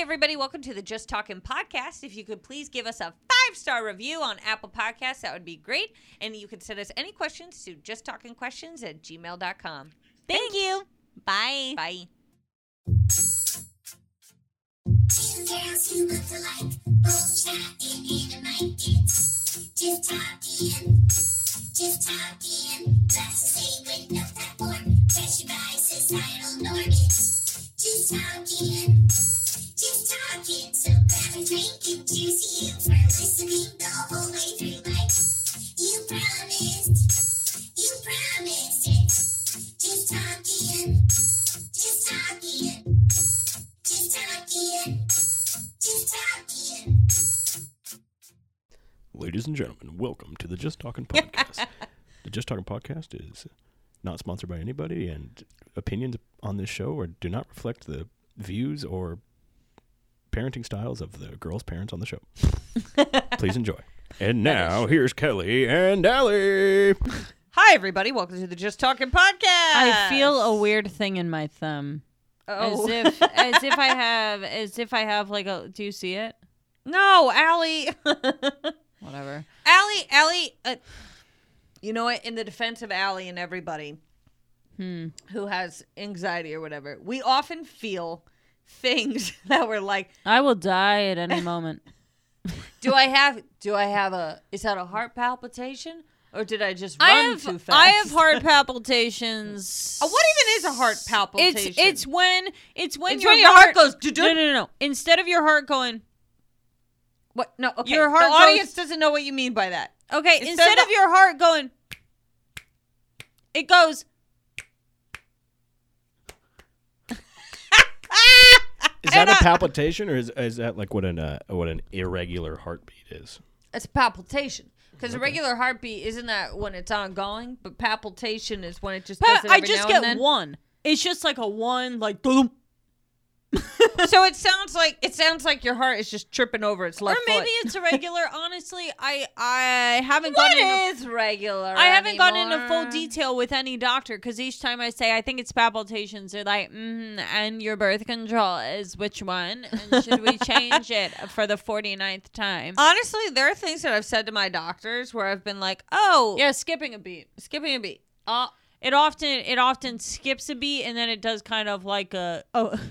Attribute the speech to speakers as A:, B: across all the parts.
A: everybody. Welcome to the Just Talking podcast. If you could please give us a five star review on Apple Podcasts, that would be great. And you can send us any questions to justtalkingquestions at gmail.com. Thank you. Bye. Bye.
B: Two girls who look alike, both chatting in a mic. It's just talking, just talking. Classes a grade of that form, pressured by societal norm. It's just talking, just talking. So grab a drink and cheers to you for listening the whole way through. Like you promised, you promised it. Just talking, just talking. Just talking. Just talking.
C: Ladies and gentlemen, welcome to the Just Talking Podcast. the Just Talking Podcast is not sponsored by anybody, and opinions on this show are, do not reflect the views or parenting styles of the girls' parents on the show. Please enjoy. And now, here's Kelly and Allie.
A: Hi, everybody. Welcome to the Just Talking podcast.
D: I feel a weird thing in my thumb.
A: Oh.
D: As if as if I have as if I have like a do you see it?
A: no, Allie.
D: Whatever.
A: Allie, Allie, uh, you know what? In the defense of Allie and everybody
D: Hmm.
A: who has anxiety or whatever, we often feel things that we're like,
D: I will die at any moment.
A: do I have, do I have a, is that a heart palpitation? Or did I just run
D: I have
A: too fast?
D: I have heart palpitations.
A: Uh, What even is a heart palpitation?
D: It's it's when it's when,
A: It's
D: your,
A: when your heart goes
D: No, no no no. Instead of your heart going
A: what? No, okay.
D: your heart
A: the
D: goes- Oh.
A: audience doesn't know what you mean by that.
D: Okay,
A: Instead
D: instead,
A: of-
D: of, your heart going, it goes.
C: Is that a palpitation, or is, is that like what an uh, what an irregular heartbeat is?
A: It's palpitation. Because a regular heartbeat isn't that when it's ongoing, but palpitation is when it just does it
D: I
A: every now
D: just
A: and
D: get
A: then.
D: one. It's just like a one, like boom.
A: So it sounds like it sounds like your heart is just tripping over its
D: Or
A: left
D: maybe
A: foot.
D: it's irregular. Honestly, I I haven't
A: What
D: gotten. into-
A: is regular?
D: I haven't gone into full
A: anymore?
D: detail with any doctor because each time I say I think it's palpitations, they're like, mm, and your birth control is which one? And should we change it for the 49th time?
A: Honestly, there are things that I've said to my doctors where I've been like, "Oh,
D: yeah, skipping a beat.
A: skipping a beat." Uh,
D: It often it often skips a beat and then it does kind of like a oh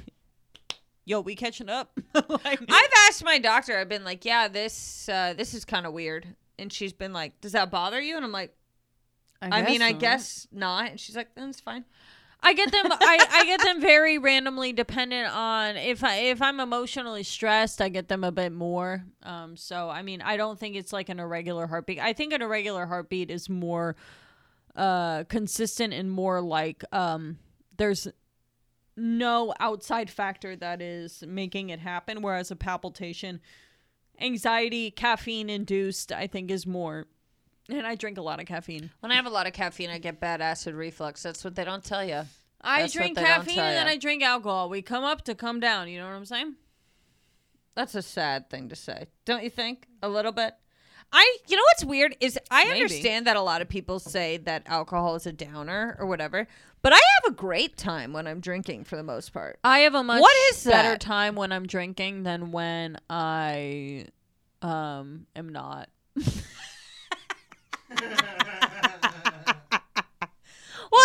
D: yo we catching up. like,
A: I've asked my doctor. I've been like, "Yeah, this uh, this is kind of weird," and she's been like, "Does that bother you?" And I'm like, "I, mean, I guess not." And she's like, "Then it's fine."
D: I get them. I, I get them very randomly, dependent on if I if I'm emotionally stressed, I get them a bit more. Um, so I mean, I don't think it's like an irregular heartbeat. I think an irregular heartbeat is more uh consistent and more like um there's no outside factor that is making it happen whereas a palpitation anxiety caffeine induced i think is more and i drink a lot of caffeine
A: When I have a lot of caffeine, I get bad acid reflux. That's what they don't tell you.
D: I
A: That's what
D: drink
A: they don't
D: caffeine
A: tell
D: and then
A: ya.
D: I drink alcohol. We come up to come down. You know what I'm saying?
A: That's a sad thing to say, don't you think? A little bit. I, you know what's weird is I
D: Maybe.
A: understand that a lot of people say that alcohol is a downer or whatever, but I have a great time when I'm drinking for the most part.
D: I have a much
A: What is
D: better
A: that?
D: time when I'm drinking than when I um am not.
A: Well,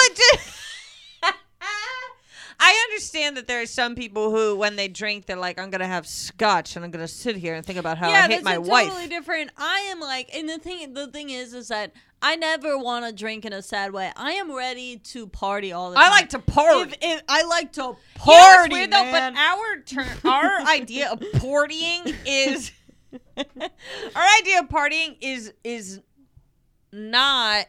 A: it just. I understand that there are some people who, when they drink, they're like, "I'm gonna have scotch and I'm gonna sit here and think about how I hate
D: that's
A: my
D: a
A: wife."
D: totally different. I am like, and the thing, the thing is, is that I never want to drink in a sad way. I am ready to party all the time.
A: I like to party.
D: If, if I like to
A: You know what's
D: party,
A: weird, though,
D: man.
A: but our turn, our idea of partying is our idea of partying is is not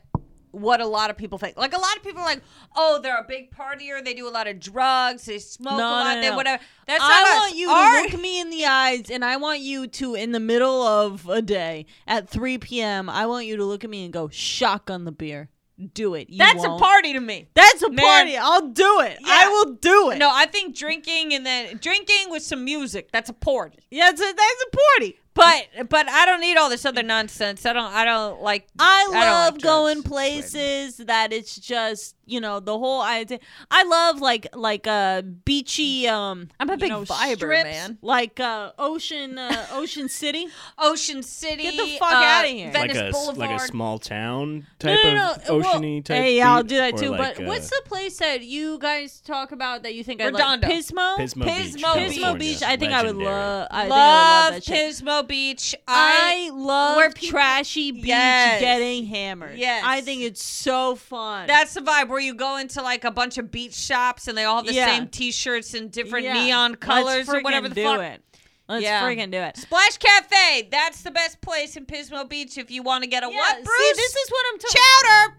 A: what a lot of people think. Like a lot of people are like, oh, they're a big partier. They do a lot of drugs. They smoke a
D: No, no,
A: lot. They
D: no.
A: whatever. That's
D: I
A: not
D: want
A: us.
D: you
A: Our-
D: to look me in the eyes, and I want you to, in the middle of a day at 3 p.m., I want you to look at me and go, shotgun the beer. Do it. You
A: that's
D: won't.
A: a party to me.
D: That's a
A: Man.
D: party. I'll do it.
A: Yeah.
D: I will do it.
A: No, I think drinking and then drinking with some music. That's a party.
D: yeah, it's a, that's a party.
A: But but I don't need all this other nonsense. I don't I don't like
D: I
A: don't like
D: love
A: drugs,
D: going
A: but-
D: places that it's just you know the whole idea. I love like like uh beachy um. I'm
A: a big viber, man.
D: Like uh ocean uh, Ocean City.
A: Ocean City.
D: Get the fuck
A: uh,
D: outta here.
A: Venice
C: like a s-
A: Boulevard.
C: like a small town type of
D: well,
C: oceany type.
D: Hey, I'll
C: beat,
D: do that
C: or
D: too.
C: like,
D: but what's
C: uh,
D: the place that you guys talk about that you think
A: Redondo.
D: I like? Pismo. Oh,
C: Pismo, Beach,
A: Pismo
C: California.
D: Pismo Beach. I think I would
C: Legendary.
D: love. I think I would love
A: love
D: that shit.
A: Pismo Beach. I,
D: I love
A: where people-
D: trashy beach
A: Yes.
D: getting hammered.
A: Yes.
D: I think it's so fun.
A: that's the vibe where you go into like a bunch of beach shops and they all have the
D: Yeah.
A: same T-shirts and different
D: Yeah.
A: neon
D: Let's
A: colors or
D: friggin'
A: whatever the
D: do
A: fuck.
D: It. Let's
A: Yeah.
D: freaking do it.
A: Splash Cafe. That's the best place in Pismo Beach if you want to get a
D: Yeah,
A: what, Bruce?
D: See, this is what I'm talking.
A: chowder.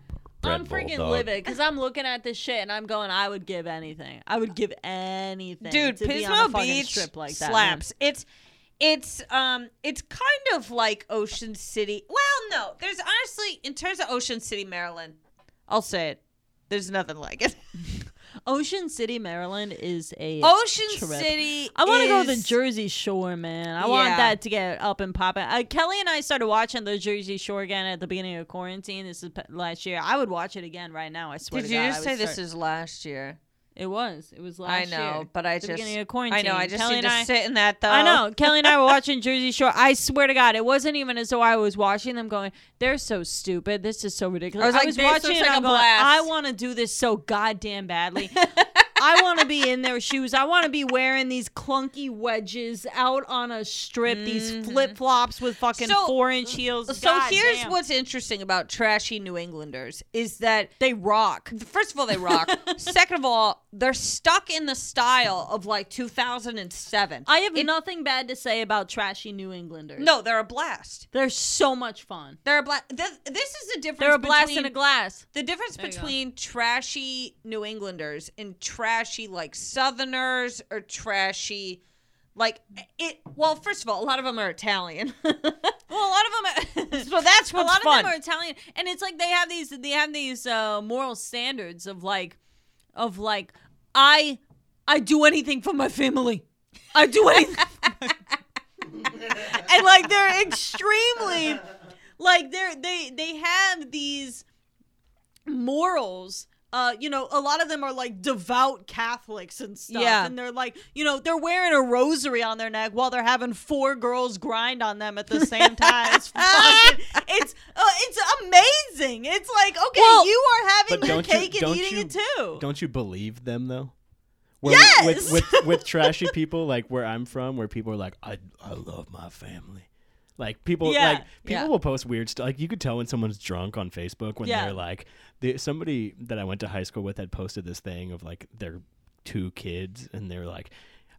D: I'm
C: Bread bowl,
D: freaking
C: dog.
D: livid because I'm looking at this shit and I'm going, I would give anything. I would give anything,
A: Dude,
D: to be on a
A: Pismo
D: fucking
A: Beach
D: strip like that, man.
A: slaps. it's it's um it's kind of like Ocean City. Well, no, there's honestly in terms of Ocean City, Maryland, I'll say it. There's nothing like it.
D: Ocean City, Maryland is a
A: Ocean
D: trip.
A: City.
D: I want to go to the
A: is-
D: Jersey Shore, man. I want
A: Yeah.
D: that to get up and popping. Uh, Kelly and I started watching the Jersey Shore again at the beginning of quarantine. This is p- last year. I would watch it again right now. I swear
A: Did
D: to
A: you
D: God,
A: just
D: I
A: say
D: would
A: this
D: start-
A: is last year?
D: It was. It was last
A: I
D: year.
A: know, but I
D: the
A: just
D: beginning of
A: I know. I
D: quarantine.
A: just
D: Kelly
A: need
D: and
A: to
D: I-
A: sit in that though.
D: I know. Kelly and I were watching Jersey Shore. I swear to God, it wasn't even as though I was watching them going, they're so stupid. This is so ridiculous.
A: I was like, "This looks like
D: watching and
A: a
D: I'm going,
A: blast."
D: I want to do this so goddamn badly. I want to be in their shoes. I want to be wearing these clunky wedges out on a strip, these flip flops with fucking
A: Mm-hmm. So-
D: four inch heels.
A: So
D: God
A: here's
D: damn.
A: what's interesting about trashy New Englanders is that
D: they rock.
A: first of all they rock. Second of all, they're stuck in the style of like 2007.
D: I have nothing bad to say about trashy New Englanders.
A: no, they're a blast.
D: They're so much fun.
A: They're a blast. This is the difference.
D: They're a blast
A: between-
D: in a glass.
A: The difference
D: There you go.
A: between trashy New Englanders and trashy like Southerners or trashy like it well first of all a lot of them are Italian. well, a lot of them are, so that's
D: a
A: what's
D: lot
A: fun.
D: of them are Italian, and it's like they have these they have these uh, moral standards of like of like I I do anything for my family. I do anything. and like they're extremely like they're they they have these morals uh, you know, a lot of them are like devout Catholics and stuff.
A: Yeah.
D: And they're like, you know, they're wearing a rosary on their neck while they're having four girls grind on them at the same time. It's fucking, it's, uh, it's amazing. It's like, okay,
A: Well-
D: you are having
C: But
D: your
C: don't you-
D: cake and
C: don't
D: eating
C: you-
D: it too.
C: Don't you believe them though? Where With, with, with, with trashy people like where I'm from, where people are like, I I love my family. Like people,
D: Yeah,
C: like people
A: yeah.
C: will post weird stuff. Like you could tell when someone's drunk on Facebook when
D: Yeah.
C: they're like, they, somebody that I went to high school with had posted this thing of like their two kids, and they're like,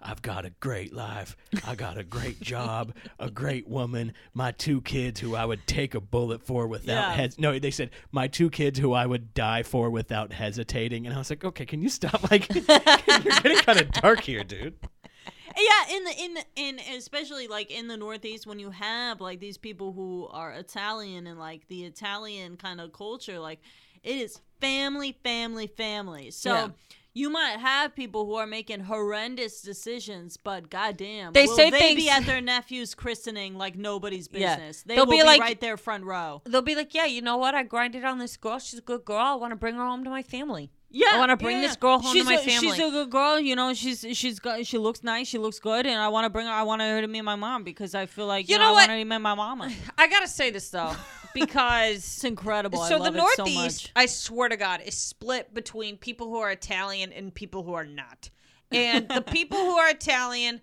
C: "I've got a great life, I got a great job, a great woman, my two kids who I would take a bullet for without
D: Yeah.
C: heads." No, they said my two kids who I would die for without hesitating, and I was like, okay, can you stop? Like, you're getting kind of dark here, dude.
D: yeah in the in the, in especially like in the northeast when you have like these people who are italian and like the italian kind of culture like it is family family family so
A: Yeah.
D: You might have people who are making horrendous decisions, but goddamn,
A: They
D: will
A: say
D: they
A: things-
D: be at their nephew's christening like nobody's
A: Yeah.
D: business. They
A: They'll
D: will
A: be
D: be
A: like-
D: right there front row.
A: They'll be like, "Yeah, you know what? I grinded on this girl. She's a good girl. I want to bring her home to my family."
D: Yeah,
A: I wanna bring this girl home to
D: she's
A: my
D: a,
A: family.
D: She's a good girl, you know. She's she's got she looks nice, she looks good, and I want to bring her. I want her to meet my mom because I feel like you,
A: You
D: know,
A: know
D: I
A: what?
D: want her to meet my mama.
A: I gotta say this though, because
D: It's incredible. I
A: so the
D: love it so
A: Northeast,
D: much.
A: I swear to God, is split between people who are Italian and people who are not. And the people who are Italian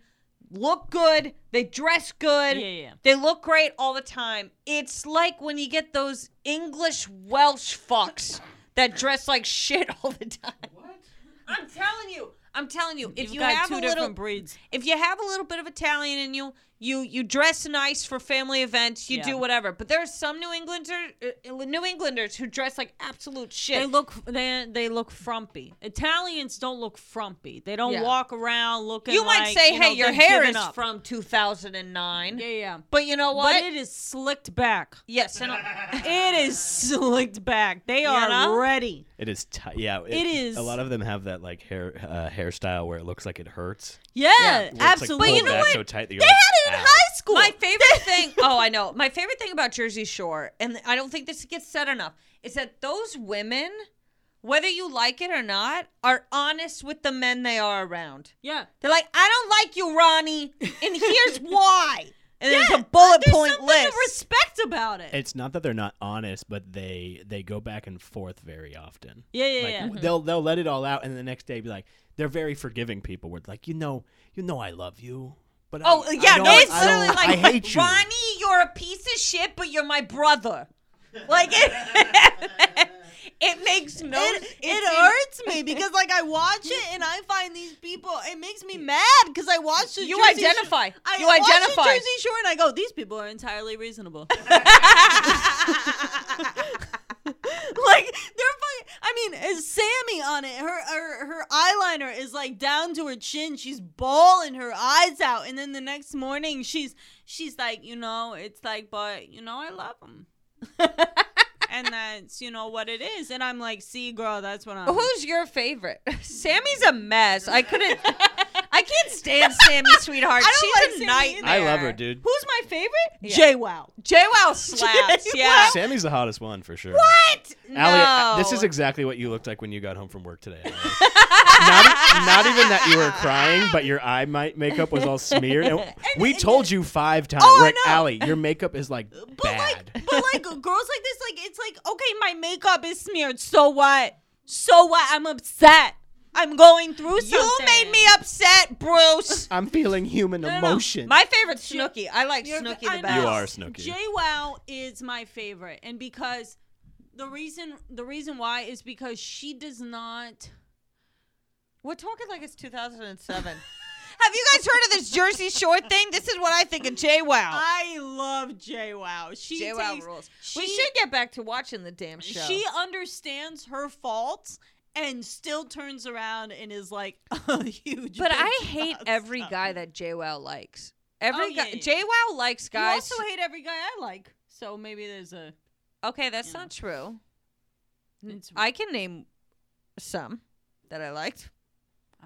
A: look good, they dress good,
D: Yeah, yeah.
A: they look great all the time. It's like when you get those English Welsh fucks that dress like shit all the time. What? I'm telling you. I'm telling you, if
D: You've
A: you
D: got
A: have
D: two
A: a
D: different
A: little
D: breeds.
A: if you have a little bit of Italian in you, you you dress nice for family events, you
D: Yeah.
A: do whatever. But there are some New Englanders, uh, New Englanders who dress like absolute shit.
D: They look they they look frumpy. Italians don't look frumpy. They don't
A: Yeah.
D: walk around looking.
A: you might
D: like,
A: say,
D: you know,
A: "Hey, your
D: they've
A: hair is
D: given up.
A: from 2009,"
D: Yeah, yeah.
A: but you know what?
D: But it is slicked back.
A: yes, and I-
D: It is slicked back. They are
A: know?
D: ready.
C: It is, ti yeah.
D: It is.
C: A lot of them have that like hair uh, hairstyle where it looks like it hurts.
D: Yeah,
C: Where it's, like,
D: absolutely.
C: pulled
D: you know
C: back
D: what?
C: So tight that you're they like,
D: in
C: "Ow."
D: high
A: school. My favorite thing. Oh, I know. My favorite thing about Jersey Shore, and I don't think this gets said enough, is that those women, whether you like it or not, are honest with the men they are around.
D: Yeah.
A: They're like, I don't like you, Ronnie, and here's why. And there's a bullet
D: There's
A: point
D: something
A: list.
D: to respect about it.
C: It's not that they're not honest, but they they go back and forth very often.
D: yeah, yeah,
C: Like,
D: yeah.
C: They'll they'll let it all out, and the next day be like, they're very forgiving people. Where it's like, you know, you know, I love you, but I-
A: oh
C: I,
A: yeah,
C: don't-
A: no, it's
C: I
A: literally
C: don't-
A: like,
C: I hate you.
A: Ronnie, you're a piece of shit, but you're my brother. Like it, it makes no.
E: It,
A: it's
E: it
A: in-
E: hurts me because like I watch it and I find these people. It makes me mad because I watch the
A: You
E: Jersey Shore-
A: identify.
E: I
A: You
E: watch the
A: identify.
E: Jersey Shore and I go, these people are entirely reasonable. like they're fucking. I mean, is Sammy on it? Her, her her eyeliner is like down to her chin. She's bawling her eyes out, and then the next morning she's she's like, you know, it's like, but you know, I love him. and that's you know what it is. And I'm like, see, girl, that's what I'm.
A: Who's your favorite? Sammy's a mess. I couldn't. I can't stand Sammy, sweetheart.
E: I don't
A: She's
E: like
A: a
E: Sammy either.
A: nightmare.
C: I love her, dude.
E: Who's my favorite?
A: Yeah.
E: Jay Wow.
A: JWoww slaps. yeah.
C: Sammy's the hottest one for sure. What? Allie, uh, this is exactly what you looked like when you got home from work today. Allie. not, e- not even that you were crying, but your eye might makeup was all smeared. And we told you five times,
E: Oh, I
C: like,
E: know.
C: Allie, your makeup is like bad.
E: Like, but like girls like this, like it's like okay, my makeup is smeared. So what? So what? I'm upset. I'm going through something.
A: You made me upset, Bruce.
C: I'm feeling human emotion.
A: My favorite Snooki. I like
E: You're-
A: Snooki
E: I
A: the best.
E: know.
C: You are Snooki.
E: Jay Wow is my favorite, and because the reason the reason why is because she does not.
A: We're talking like it's 2007. Have you guys heard of this Jersey Shore thing? This is what I think of JWoww.
E: I love Jay Wow. She
A: JWoww
E: takes-
A: Oh. rules. we
E: she-
A: should get back to watching the damn show.
E: She understands her faults and still turns around and is like a huge.
A: but I
E: bitch
A: hate
E: about
A: every
E: stuff.
A: guy that JWoww likes. Every
E: Oh, yeah,
A: guy
E: yeah,
A: JWoww likes
E: You
A: guys.
E: also hate every guy I like. So maybe there's a.
A: okay, that's
E: Yeah.
A: not true.
E: It's, I,
A: I can name some that I liked.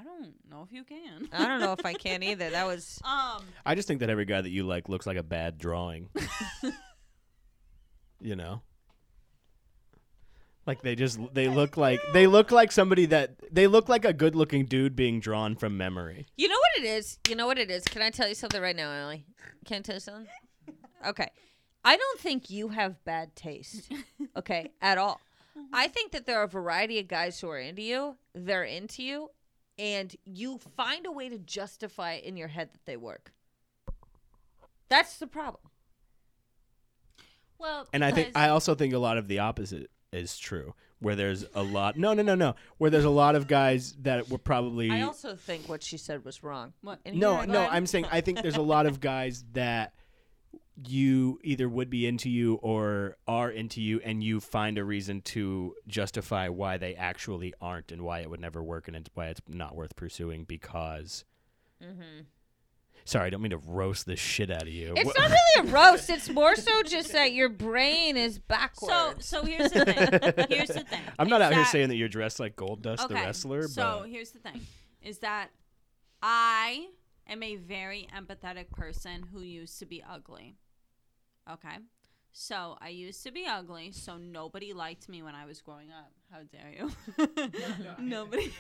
E: I don't know if you can.
A: I don't know if I can either. That was
E: Um.
C: I just think that every guy that you like looks like a bad drawing. you know? Like they just they look like they look like somebody that they look like a good-looking dude being drawn from memory.
A: You know what it is? You know what it is? Can I tell you something right now, Allie? Can I tell you something? Okay. I don't think you have bad taste, okay, at all. I think that there are a variety of guys who are into you, they're into you, and you find a way to justify in your head that they work. That's the problem.
D: well,
C: And I think
D: because-
C: I also think a lot of the opposite is true, where there's a lot. No, no, no, no. Where there's a lot of guys that were probably.
A: I also think what she said was wrong.
E: What?
A: And here
C: no,
A: I
C: no.
A: am.
C: I'm saying I think there's a lot of guys that you either would be into you or are into you, and you find a reason to justify why they actually aren't and why it would never work and it's why it's not worth pursuing because. Sorry, I don't mean to roast this shit out of you.
A: Mm-hmm. It's not really a roast. It's more so just that your brain is backwards.
D: so so here's the
C: Wha-
D: thing. Here's the thing.
C: I'm not
D: is
C: out here
D: that-
C: saying that you're dressed like Gold Dust the
D: Okay,
C: wrestler,
D: So
C: but
D: here's the thing: is that I am a very empathetic person who used to be ugly. Okay, so I used to be ugly, so nobody liked me when I was growing up. How dare you? nobody,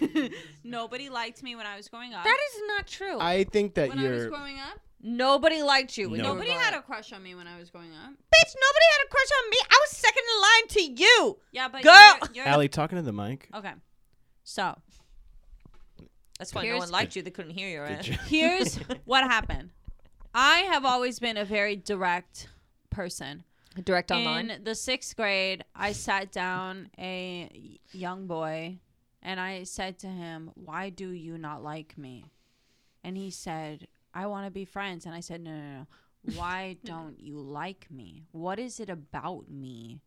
D: nobody liked me when I was growing up.
A: that is not true.
C: I think that
D: when I was
C: you're.
D: growing up,
A: Nobody liked you. when
C: No.
A: you were
D: nobody
A: growing
D: had
A: up.
D: a crush on me when I was growing up.
A: bitch. Nobody had a crush on me. I was second in line to you.
D: Yeah, but
A: Girl!
D: you're, you're
C: Allie, talking to the mic.
D: okay. So
A: That's why no
D: Here's-
A: one liked you. They couldn't hear your ass.
D: here's what happened. I have always been a very direct person.
A: Direct
D: In the sixth grade, I sat down a y- young boy and I said to him, Why do you not like me? And he said, I want to be friends. And I said, No, no, no. Why don't you like me? What is it about me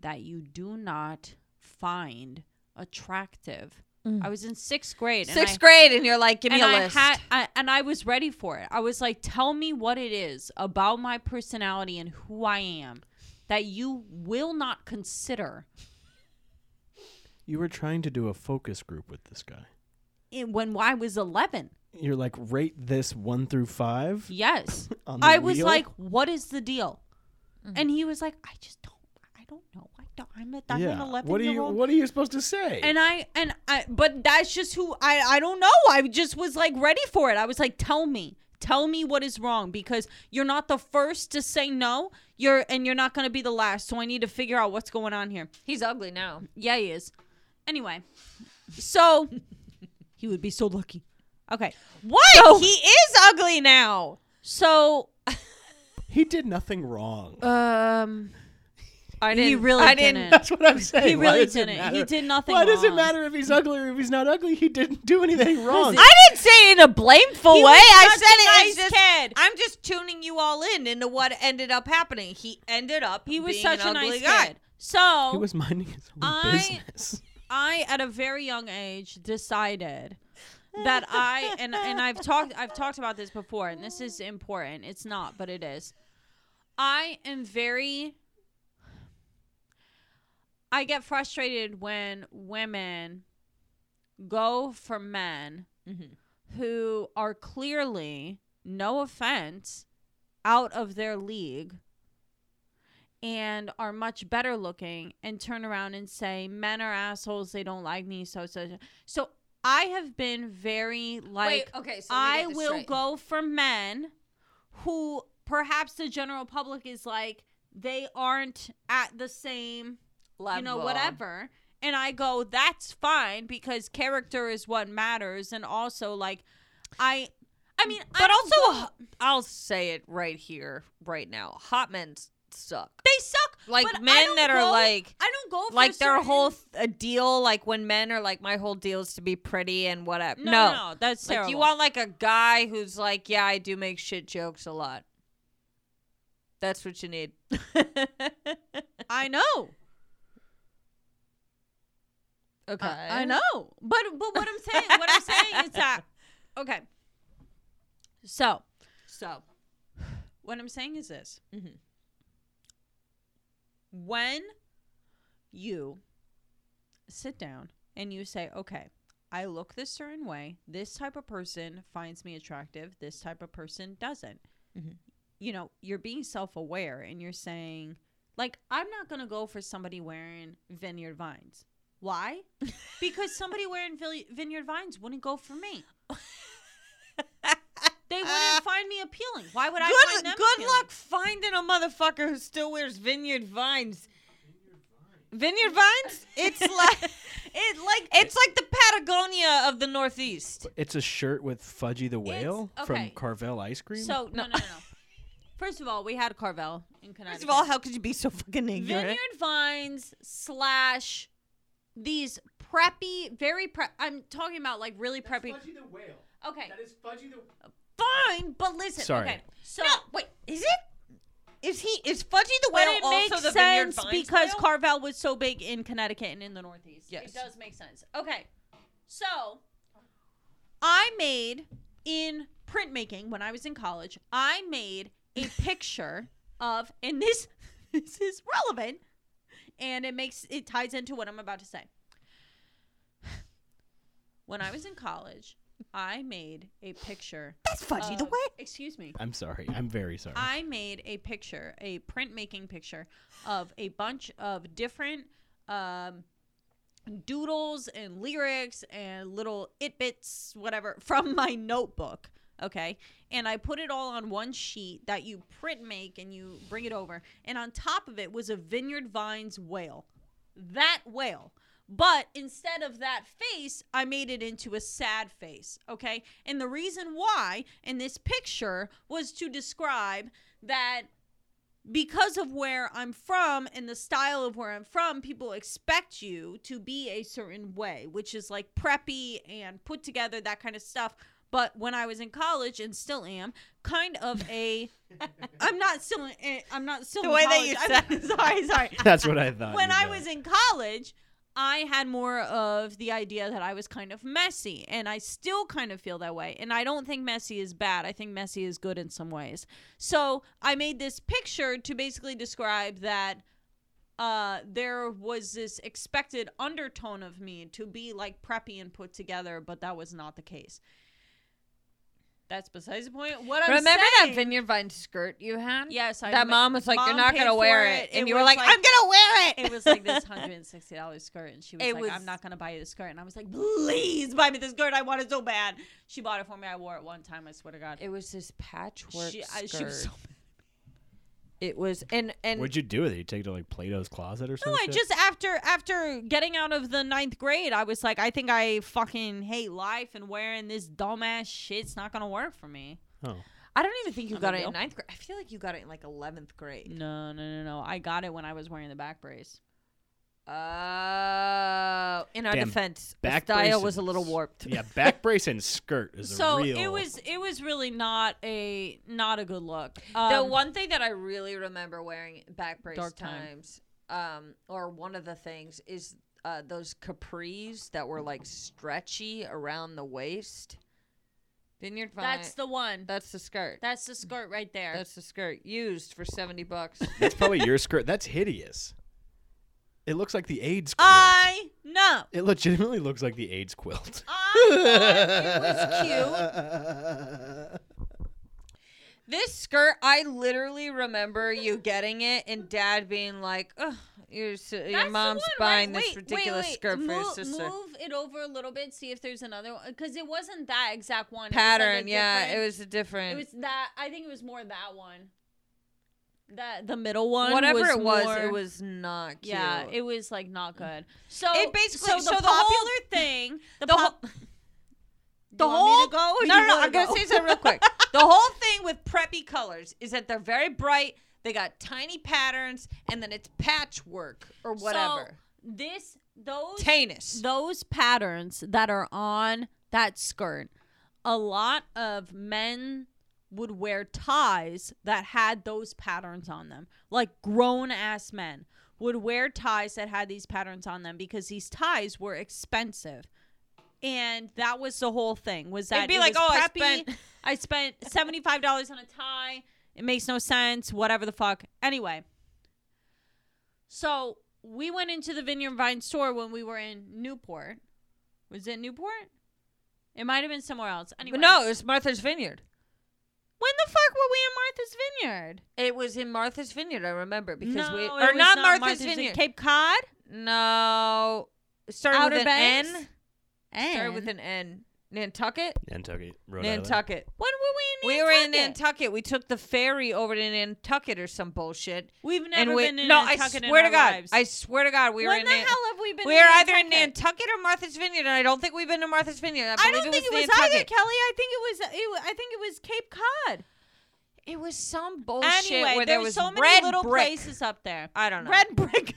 D: that you do not find attractive? I was in sixth grade. and
A: Mm. Sixth
D: I-
A: grade, and you're like, give me
D: and
A: a
D: I
A: list.
D: Had, I, and I was ready for it. I was like, tell me what it is about my personality and who I am that you will not consider
C: You were trying to do a focus group with this guy.
D: in, when I was 11.
C: you're like rate this one through five.
D: Yes.
C: On the
D: I was
C: wheel? Mm-hmm.
D: like, what is the deal? And he was like, I just don't, I don't know. I don't, I'm, a, I'm an
C: yeah.
D: 11
C: What are
D: year
C: you
D: old.
C: What are you supposed to say?
D: and I and I but that's just who I I don't know. I just was like ready for it. I was like tell me. Tell me what is wrong because you're not the first to say no. You're and you're not going to be the last. So I need to figure out what's going on here.
A: He's ugly now.
D: Yeah, he is. Anyway. So he would be so lucky. Okay.
A: What?
D: So-
A: he is ugly now.
D: So
C: he did nothing wrong.
D: um
A: I
D: he really
A: I
D: didn't.
C: That's what I'm saying.
D: He
C: Why
D: really
C: does it
D: didn't.
C: matter?
D: He did nothing
C: Why does it
D: wrong.
C: matter if he's ugly or if he's not ugly? He didn't do anything wrong.
A: I didn't say it in a blameful
D: He
A: way.
D: was
A: I
D: such
A: said it
D: a
A: as
D: nice
A: just-
D: kid.
A: I'm just tuning you all in into what ended up happening. He ended up.
D: He was
A: being
D: such a
A: an ugly
D: nice
A: guy.
D: kid. So
C: he was minding his own
D: I-
C: business.
D: I at a very young age decided that I and and I've talked I've talked about this before and this is important. It's not, but it is. I am very I get frustrated when women go for men
A: Mhm.
D: who are clearly, no offense, out of their league and are much better looking and turn around and say men are assholes they don't like me so so so, so i have been very like
A: Wait. Okay. So let me
D: i
A: get this
D: will
A: straight.
D: go for men who perhaps the general public is like they aren't at the same you know
A: Level.
D: whatever and i go that's fine because character is what matters and also like i i mean
A: But
D: I
A: also,
D: don't go-
A: I'll say it right here, right now. Hot men suck.
D: they suck
A: Like
D: but I
A: men
D: don't
A: that are
D: go-
A: like.
D: i don't go for
A: Like their
D: certain-
A: whole th- a deal, like when men are like, my whole deal is to be pretty and whatever.
D: no,
A: no,
D: no, no, that's
A: Like
D: terrible
A: you want like a guy who's like, yeah, I do make shit jokes a lot. That's what you need. okay.
D: I know. I know. But but what I'm saying, what I'm saying is that okay. So,
A: So
D: what I'm saying is this.
A: Mhm.
D: When you sit down and you say, "Okay, I look this certain way. This type of person finds me attractive. This type of person doesn't."
A: Mhm.
D: You know, you're being self-aware and you're saying, like, I'm not going to go for somebody wearing vineyard vines. Why? because somebody wearing vil- vineyard vines wouldn't go for me. they wouldn't find me appealing. Why would I
A: good
D: find them
A: good
D: appealing?
A: luck finding a motherfucker who still wears vineyard vines. Vineyard vines? It's like it like it's like the Patagonia of the Northeast.
C: It's a shirt with Fudgy the Whale from
D: okay.
C: Carvel Ice Cream.
D: So no, no, no. no. First of all, we had Carvel in Connecticut.
A: First of all, how could you be so fucking ignorant?
D: vineyard vines slash these preppy, very prep. I'm talking about like really preppy.
C: the Whale.
D: Okay,
C: is Fudgy the
D: fine, but listen.
C: Sorry.
D: Okay, so.
A: No, wait, is it? Is he? Is Fudgy the
D: But
A: Whale
D: it
A: also
D: makes
A: the Vineyard
D: sense
A: Vines
D: because
A: whale?
D: Carvel was so big in Connecticut and in the Northeast.
A: Yes.
D: It does make sense. Okay. So I made in printmaking when I was in college, I made a picture of and this this is relevant and it makes it ties into what I'm about to say. When I was in college, I made a picture.
A: that's Fudgy the
D: of-
A: Whale.
D: Excuse me.
C: I'm sorry. I'm very sorry.
D: I made a picture, a printmaking picture of a bunch of different um, doodles and lyrics and little it bits, whatever, from my notebook. Okay. And I put it all on one sheet that you print make and you bring it over. And on top of it was a Vineyard Vines whale. That whale. But instead of that face, I made it into a sad face. Okay. And the reason why in this picture was to describe that because of where I'm from and the style of where I'm from, people expect you to be a certain way, which is like preppy and put together, that kind of stuff. But when I was in college and still am, kind of a, I'm not still, in, eh, I'm not still
A: The
D: in
A: way that
D: college.
A: you
D: I'm- sorry, sorry
C: That's what I thought.
D: when
C: Uh, you
D: I
C: meant.
D: was in college, I had more of the idea that I was kind of messy, and I still kind of feel that way. And I don't think messy is bad. I think messy is good in some ways. So I made this picture to basically describe that uh, there was this expected undertone of me to be like preppy and put together, but that was not the case. That's besides the point. What I'm
A: Remember that
D: saying-
A: Vineyard Vine skirt you had?
D: Yes, I
A: that
D: remem-
A: mom was like, "You're
D: Mom
A: not
D: paid
A: gonna
D: for
A: wear
D: it.
A: it," and
D: It
A: you were
D: was
A: like,
D: like-
A: "I'm gonna wear it."
D: It was like this hundred and sixty dollars skirt, and she was
A: It
D: like,
A: was-
D: "I'm not gonna buy you this skirt," and I was like, "Please buy me this skirt. I want it so bad." She bought it for me. I wore it one time. I swear to God,
A: It was this patchwork
D: she, I,
A: skirt.
D: she was so
A: it was, and and
C: What'd you do with it? You take it to like Plato's closet or something?
D: No, I just after after getting out of the ninth grade, I was like, I think I fucking hate life, and wearing this dumbass shit's not gonna work for me.
C: Oh,
A: I don't even think you
D: No
A: got
D: big
A: it in
D: deal.
A: ninth grade. I feel like you got it in like eleventh grade.
D: No, no, no, no. I got it when I was wearing the back brace.
A: Mm. Uh, in our
C: Damn,
A: defense, the
C: back
A: style
C: braces.
A: was a little warped.
C: yeah, back brace and skirt is
D: so
C: a real.
D: it was it was really not a not a good look.
A: the
D: Um,
A: one thing that I really remember wearing back brace
D: Dark time.
A: times, um, or one of the things is uh, those capris that were like stretchy around the waist. Vineyard Vine.
D: that's the one.
A: that's the skirt.
D: That's the skirt right there.
A: That's the skirt used for seventy bucks.
C: That's probably your skirt. That's hideous. It looks like the AIDS quilt.
D: I know.
C: it legitimately looks like the AIDS quilt. was
A: This skirt, I literally remember you getting it and dad being like, Ugh, your, s-
D: That's
A: your
D: the
A: mom's
D: one,
A: buying
D: right?
A: this
D: Wait, wait,
A: ridiculous
D: wait.
A: skirt for your
D: Move-
A: sister.
D: Move it over a little bit, see if there's another one, because it wasn't that exact one. It was like a
A: Pattern, yeah,
D: different-
A: it was a different.
D: It was that. I think it was more that one. That the middle one,
A: whatever it was,
D: more-
A: it was not cute.
D: Yeah, it was like not good. So
A: It basically-
D: so the,
A: so the
D: popular
A: whole-
D: thing, the,
A: the
D: pop-
A: the
D: You want me
A: whole
D: to go or
A: no,
D: you
A: no,
D: wanna
A: I'm gonna
D: go?
A: say something real quick. The whole thing with preppy colors is that they're very bright. They got tiny patterns, and then it's patchwork or whatever.
D: So this those
A: Tannis.
D: those patterns that are on that skirt, a lot of men would wear ties that had those patterns on them. Like grown ass men would wear ties that had these patterns on them because these ties were expensive. And that was the whole thing. Was that
A: It'd be
D: it
A: like,
D: was
A: oh, I
D: preppy,
A: spent
D: I spent seventy five dollars on a tie. It makes no sense. Whatever the fuck. Anyway, so we went into the Vineyard Vine store when we were in Newport. Was it Newport? It might have been somewhere else. Anyway,
A: no, it was Martha's Vineyard.
D: When the fuck were we in Martha's Vineyard?
A: It was in Martha's Vineyard, I remember because
D: no,
A: we
D: it
A: or
D: was
A: not Martha's,
D: Vin-
A: Vineyard.
D: Cape Cod,
A: no, it started
D: Outer
A: with an
D: Banks,
A: N.
D: and
A: Started with an N. Nantucket.
C: Nantucket. Rhode Island.
A: Nantucket.
D: when were we in?
A: We were in
D: Nantucket?
A: Nantucket. We took the ferry over to Nantucket or some bullshit.
D: We've never
A: and we,
D: been in
A: no,
D: Nantucket
A: I swear
D: in
A: to
D: our
A: God,
D: lives.
A: I swear to God, we were
D: when
A: in
D: the
A: Nan-
D: hell have we been?
A: we were
D: in
A: either in
D: Nantucket?
A: Nantucket or Martha's Vineyard, and I don't think we've been to Martha's Vineyard. I,
D: I
A: believe
D: don't think it was
A: Nantucket.
D: either Kelly. I think it was it, wa- I think it was Cape Cod.
A: It was some bullshit
D: anyway,
A: where
D: there
A: there
D: were
A: was
D: so many
A: red
D: little
A: brick.
D: places up there.
A: I don't know.
D: Red brick.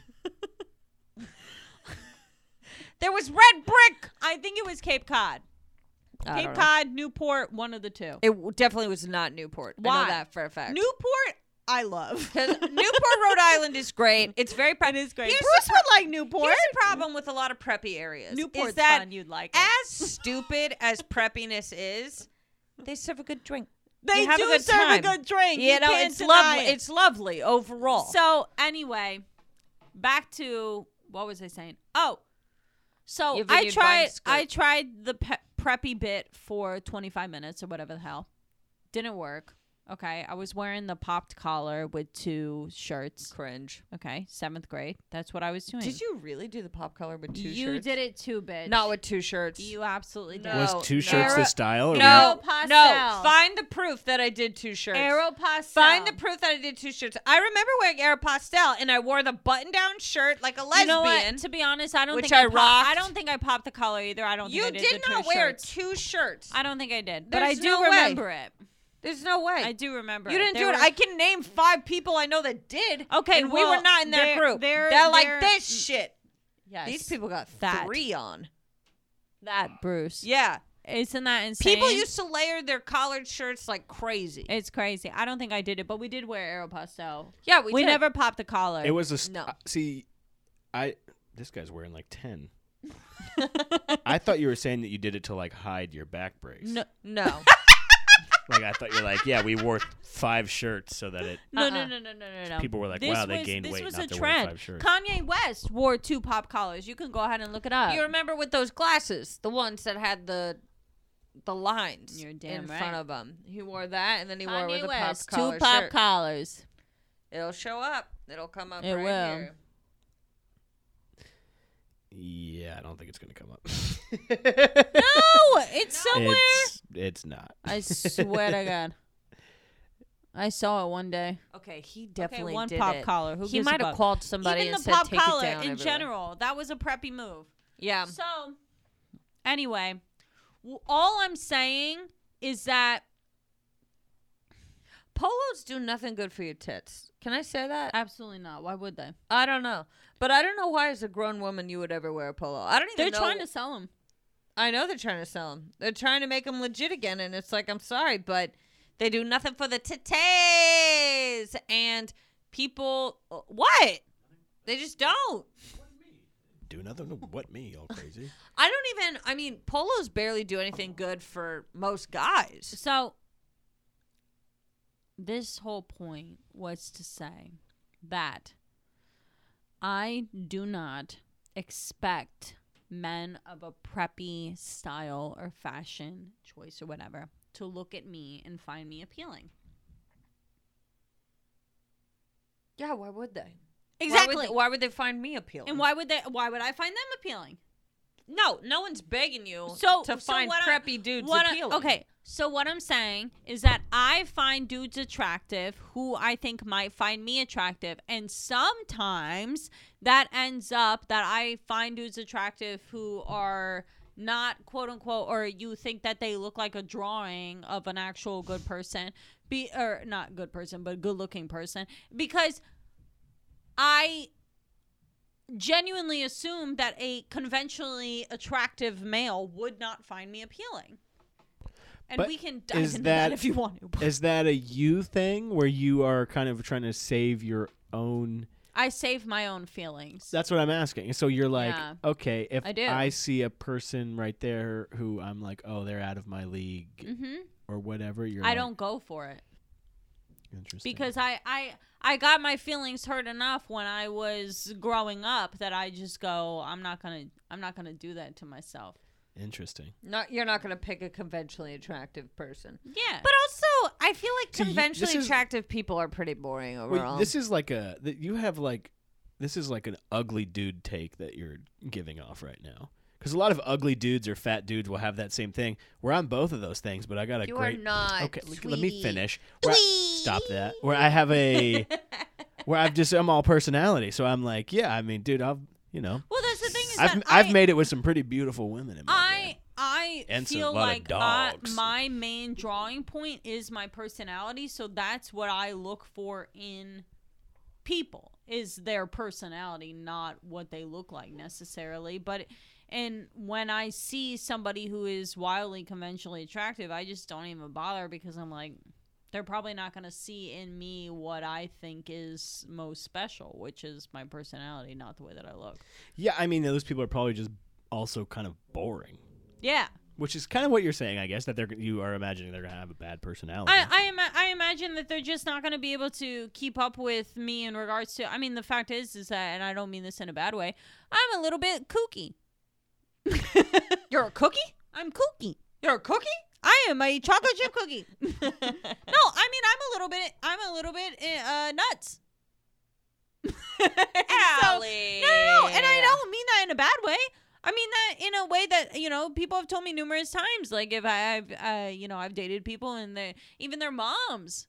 A: There was red brick.
D: I think it was Cape Cod.
A: I
D: Cape
A: don't know.
D: Cod, Newport, one of the two.
A: It w- definitely was not Newport. I
D: Why?
A: know that for a fact.
D: Newport, I love.
A: 'Cause Newport, Rhode Island is great. It's very preppy. It is
D: Great.
A: Here's,
D: Bruce
A: the,
D: would like Newport.
A: here's the problem with a lot of preppy areas.
D: Newport's
A: is that
D: fun. You'd like it.
A: as stupid as preppiness is, they serve a good drink.
E: They
A: you have
E: do
A: a good
E: serve
A: time.
E: a good drink.
A: you
E: you
A: know,
E: can't
A: it's
E: deny
A: lovely.
E: it.
A: It's lovely overall.
D: So anyway, back to what was I saying? Oh, so
A: Your
D: I
A: vineyard vine
D: tried
A: skirt.
D: I tried the pe- preppy bit for 25 minutes or whatever the hell. Didn't work. Okay, I was wearing the popped collar with two shirts.
A: cringe.
D: Okay, seventh grade. That's what I was doing.
A: Did you really do the pop color with two
D: you
A: shirts?
D: did it too, bitch.
A: Not with two shirts.
D: you absolutely did.
A: Was
D: No.
A: No,
C: Was two
A: no.
C: shirts
D: Era-
C: the style? or
A: no,
D: Aeropostale.
A: no. Find the proof that I did two shirts.
D: Aeropostale.
A: Find the proof that I did two shirts. I remember wearing Aeropostale, and I wore the button-down shirt like a lesbian.
D: You know what? To be honest, I don't
A: which
D: think I,
A: I
D: pop-
A: rocked.
D: I don't think I popped the collar either. I don't.
A: You
D: think I
A: did,
D: did, the
A: not
D: two
A: wear
D: shirts.
A: two shirts.
D: I don't think I did, but I
A: There's
D: do
A: no way.
D: remember it.
A: There's no way.
D: I do remember.
A: you
D: it.
A: didn't
D: There
A: do it.
D: were-
A: I can name five people I know that did.
D: Okay,
A: and we
D: well,
A: were not in that
D: there-
A: group.
D: there-
A: They're like
D: there-
A: this shit.
D: yes.
A: These people got
D: That.
A: three on.
D: that Bruce.
A: Yeah,
D: Isn't that insane?
A: people used to layer their collared shirts like crazy.
D: It's crazy. I don't think I did it, but we did wear Aeropostale.
A: yeah,
D: We, never popped the collar.
C: It was a st-
A: No.
C: uh, see, I this guy's wearing like ten. I thought you were saying that you did it to like hide your back brace.
D: No.
A: No,
C: Like I thought you're like, yeah, we wore five shirts so that it.
D: No, no,
A: Uh-uh.
D: no, no, no, no, no.
C: People were like,
D: This
C: wow, they
D: was-
C: gained
D: this
C: weight
D: was
C: not
D: a
C: to wear
D: trend.
C: five shirts.
D: Kanye West wore two pop collars. You can go ahead and look it up.
A: you remember with those glasses, the ones that had the the lines
D: You're damn
A: in
D: right.
A: front of him. He wore that, and then he wore it
D: Kanye
A: with a pop
D: West,
A: collar
D: two pop
A: shirt.
D: collars.
A: It'll show up. It'll come up.
D: It
A: right
D: will.
A: Here.
C: Yeah, I don't think it's gonna come up.
D: No, it's somewhere.
C: It's it's not.
D: I swear to God, I saw it one day.
A: Okay, he
E: Okay,
A: definitely
E: one
A: did
E: pop
A: it.
E: collar. Who
D: he
E: gives a
D: might have
E: fuck?
D: called somebody
E: Even
D: and
E: the
D: said,
E: pop
D: "Take it
E: collar
D: down." Um,
E: in
D: everyone."
E: general, that was a preppy move.
A: Yeah.
E: So, anyway, w- all I'm saying is that
A: Polos do nothing good for your tits. Can I say that?
D: absolutely not. Why would they?
A: I don't know, but I don't know why, as a grown woman, you would ever wear a polo. I don't even.
D: They're
A: know.
D: trying to sell them.
A: I know they're trying to sell them. They're trying to make them legit again, and it's like I'm sorry, but they do nothing for the titties and people. uh, What? They just don't.
C: Do nothing to what me, all crazy.
A: I don't even. I mean, polos barely do anything good for most guys.
D: So, this whole point was to say that I do not expect men of a preppy style or fashion choice or whatever to look at me and find me appealing.
A: Yeah, why would they? Why would
D: Exactly.
A: they, why would they find me appealing?
D: and why would they? Why would I find them appealing?
A: No, no one's begging you
D: so
A: to
D: so
A: find
D: what I-
A: preppy dudes
D: what I-
A: appealing.
D: okay, so what I'm saying is that I find dudes attractive who I think might find me attractive, and sometimes that ends up that I find dudes attractive who are not quote unquote or you think that they look like a drawing of an actual good person be or not good person but good looking person because i genuinely assume that a conventionally attractive male would not find me appealing. And
C: But
D: we can dive
C: is
D: into that,
C: that-
D: if you want to.
C: Is that a you thing where you are kind of trying to save your own?
D: I save my own feelings.
C: That's what I'm asking. So you're like,
D: Yeah.
C: okay, if
D: I do.
C: see a person right there who I'm like, oh, they're out of my league
D: hmm
C: or whatever, you're
D: I
C: like,
D: don't go for it
C: interesting.
D: because I, I I got my feelings hurt enough when I was growing up that I just go I'm not gonna I'm not gonna do that to myself.
C: interesting.
A: Not, you're not going to pick a conventionally attractive person.
D: Yeah,
A: But also, I feel like
C: Do you- this
A: conventionally
C: is-
A: attractive people are pretty boring
C: Wait,
A: overall.
C: this is like a th- you have like this is like an ugly dude take that you're giving off right now. Because a lot of ugly dudes or fat dudes will have that same thing. We're on both of those things, but I got a
A: You are
C: great.
A: not,
C: Okay, l- let me
A: sweetie.
C: finish. Where I- stop that. Where I have a, where I've just I'm all personality. So I'm like, yeah, I mean, dude, I've you know,
D: well that's the thing is
C: I've
D: that
C: I've
D: I-
C: made it with some pretty beautiful women in my
D: I I
C: And some-
D: feel
C: a lot of
D: like I,
C: dogs.
D: my main drawing point is my personality, so that's what I look for in people is their personality, not what they look like necessarily, but and when I see somebody who is wildly conventionally attractive, I just don't even bother because I'm like they're probably not going to see in me what I think is most special, which is my personality, not the way that I look.
C: Yeah, I mean, those people are probably just also kind of boring.
D: Yeah.
C: Which is kind of what you're saying, I guess, that they're you are imagining they're gonna have a bad personality.
D: I I, ima- I imagine that they're just not going to be able to keep up with me in regards to. I mean, the fact is, is that, and I don't mean this in a bad way. I'm a little bit kooky.
A: You're a cookie?
D: I'm kooky.
A: You're a cookie?
D: I am a chocolate chip cookie. no, I mean I'm a little bit. I'm a little bit uh, nuts.
A: Allie.
D: No, no, no, and I don't mean that in a bad way. I mean that in a way that you know people have told me numerous times. Like if I, I've, uh, you know, I've dated people and they, even their moms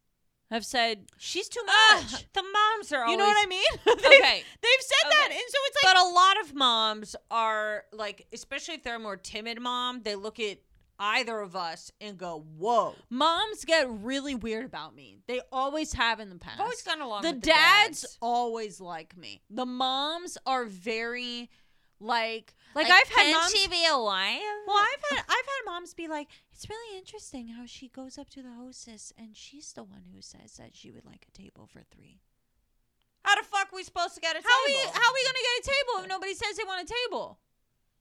D: have said
A: She's too
D: Ah,
A: much. the moms are always.
D: You know what I mean? They've-
A: Okay.
D: They've said that.
A: Okay.
D: And so it's like,
A: But a lot of moms are like, especially if they're a more timid mom, they look at either of us and go, whoa.
D: moms get really weird about me. They always have in the past.
A: I've always gone along
D: the
A: with
D: dads, always like me. The moms are very like like, I've had moms
A: be a wife?
D: Well, I've had I've had moms be like, "It's really interesting how she goes up to the hostess and she's the one who says that she would like a table for 3."
A: How the fuck we supposed to get a
D: How are we
A: table?
D: how are we going to get a table if nobody says they want a table?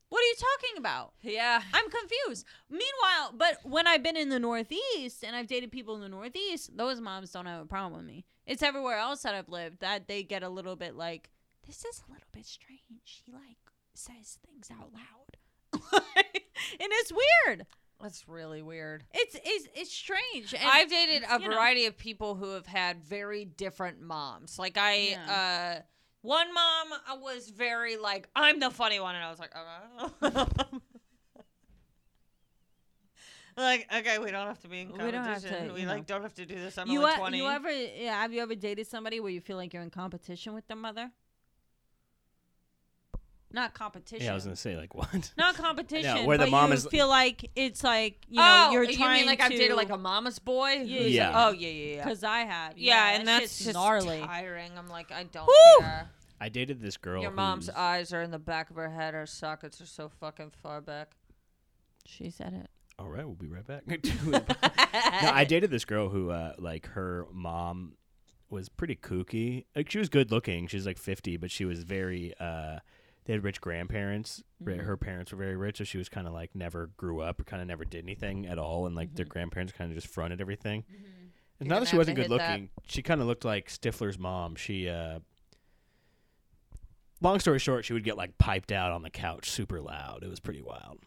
D: What are you talking about?
A: yeah.
D: I'm confused. Meanwhile, but when I've been in the Northeast and I've dated people in the Northeast, those moms don't have a problem with me. It's everywhere else that I've lived that they get a little bit like, this is a little bit strange. She like says things out loud. and it's weird.
A: That's really weird.
D: It's it's it's strange. And
A: I've dated a
D: you know.
A: variety of people who have had very different moms. Like I, uh, one mom uh, was very like, "I'm the funny one," and I was like, "Oh." "Okay." like, okay, we don't have to be in
D: We
A: competition.
D: don't have to,
A: we
D: you
A: like
D: know.
A: don't have to do this. I'm
D: you,
A: only
D: e-
A: twenty.
D: you ever yeah, have you ever dated somebody where you feel like you're in competition with their mother? Not competition.
C: Yeah, I was gonna say like what?
D: not competition.
C: where the
D: but
C: mom
D: you
C: is-
D: feel like it's like you know
A: oh,
D: you're
A: you
D: trying
A: mean like
D: to
A: I've dated like a mama's boy? Who's
D: Yeah.
A: like- oh yeah, yeah, yeah.
D: because I had
A: Yeah, and
D: that
A: that's
D: shit's
A: just
D: gnarly.
A: tiring. I'm like, I don't
D: Woo!
A: care.
C: I dated this girl.
A: Your mom's
C: who's-
A: eyes are in the back of her head. Her sockets are so fucking far back.
D: She said it.
C: All right, we'll be right back. no, I dated this girl who, uh, like, her mom was pretty kooky. Like, she was good looking. She was like fifty, but she was very. Uh, they had rich grandparents. Ri-
A: Mm.
C: Her parents were very rich, so she was kind of like never grew up, kind of never did anything at all, and like their grandparents kind of just fronted everything. And not
A: Mm-hmm. gonna
C: that she
A: have
C: wasn't
A: to
C: good
A: hit that.
C: looking. She kind of looked like Stifler's mom. She. uh Long story short, she would get like piped out on the couch super loud. It was pretty wild.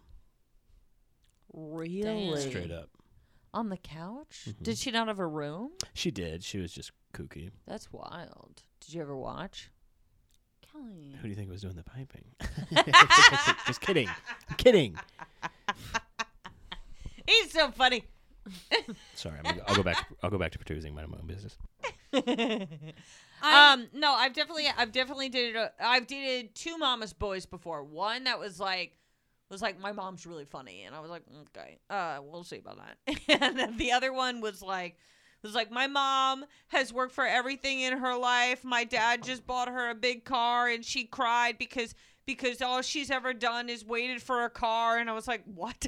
A: Really?
C: Straight up. Mm-hmm.
A: On the couch? Did she not have a room?
C: She did. She was just kooky.
A: That's wild. Did you ever watch?
E: Kelly.
C: Who do you think was doing the piping? just kidding. I'm kidding.
A: He's so funny.
C: Sorry, I'm gonna, I'll go back. I'll go back to producing my own business.
A: um, no, I've definitely, I've definitely dated, a, I've dated two mama's boys before. One that was like, was like, my mom's really funny, and I was like, okay, uh, we'll see about that. and then the other one was like, was like, my mom has worked for everything in her life. My dad just bought her a big car, and she cried because because all she's ever done is waited for a car. And I was like, what?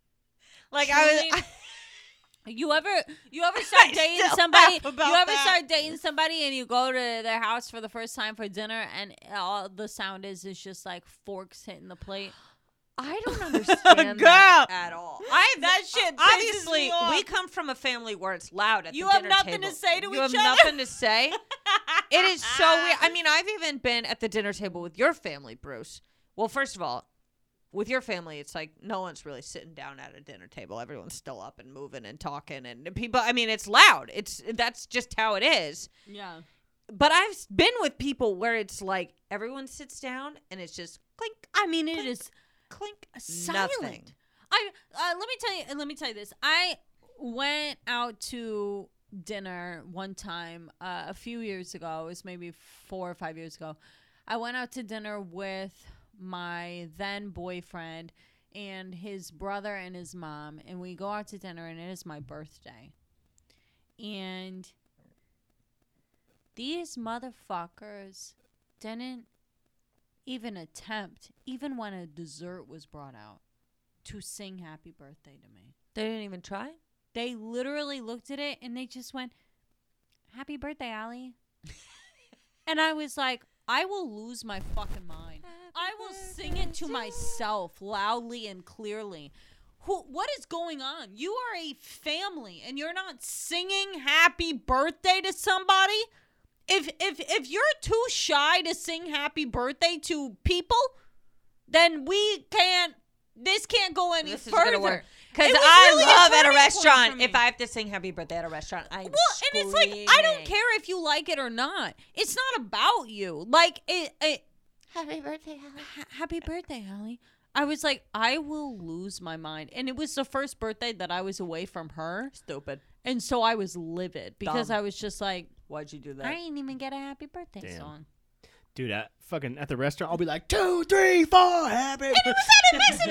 A: like I was.
D: Truly, You ever you ever
A: I
D: start dating
A: still
D: somebody? You
A: laugh
D: ever
A: about that.
D: start dating somebody and you go to their house for the first time for dinner and all the sound is is just like forks hitting the plate.
A: I don't understand that at all. I
E: that shit pisses
A: obviously
E: me off.
A: we come from a family where it's loud at
E: You
A: the
E: have
A: dinner
E: nothing to
A: table.
E: say to
A: you have
E: each other?
A: nothing to say. It is so weird. I mean, I've even been at the dinner table with your family, Bruce. Well, first of all, with your family, it's like no one's really sitting down at a dinner table. Everyone's still up and moving and talking, and people. I mean, it's loud. It's that's just how it is
D: Yeah.
A: but I've s- been with people where it's like everyone sits down and it's just clink,
D: I mean, it is
A: clink,
D: silent.
A: nothing.
D: I uh, let me tell you. Let me tell you this. I went out to dinner one time uh, a few years ago. It was maybe four or five years ago. I went out to dinner with my then boyfriend and his brother and his mom, and we go out to dinner, and it is my birthday, and these motherfuckers didn't even attempt, even when a dessert was brought out to sing happy birthday to me.
A: They didn't even try.
D: They literally looked at it and they just went, Happy birthday, Allie. and I was like, I will lose my fucking mind. I will sing it to myself loudly and clearly. Who, what is going on? You are a family and you're not singing happy birthday to somebody? If if if you're too shy to sing happy birthday to people, then we can't this can't go any
A: This is
D: further.
A: gonna work because
D: It was
A: I
D: really a
A: love at
D: turning
A: a
D: point for
A: restaurant.
D: me.
A: If I have to sing "Happy Birthday" at a restaurant, I well,
D: Well, and it's like I don't care if you like it or not. It's not about you. Like it. it happy birthday, Hallie. happy birthday, Hallie. I was like, I will lose my mind, and it was the first birthday that I was away from her,
A: Stupid.
D: and so I was livid because
A: Dumb.
D: I was just like,
A: Why'd you do
D: I
A: that?
D: didn't even get a happy birthday
C: Damn.
D: song.
C: Dude, at fucking at the restaurant, I'll be like two, three, four, happy.
D: At a Mexican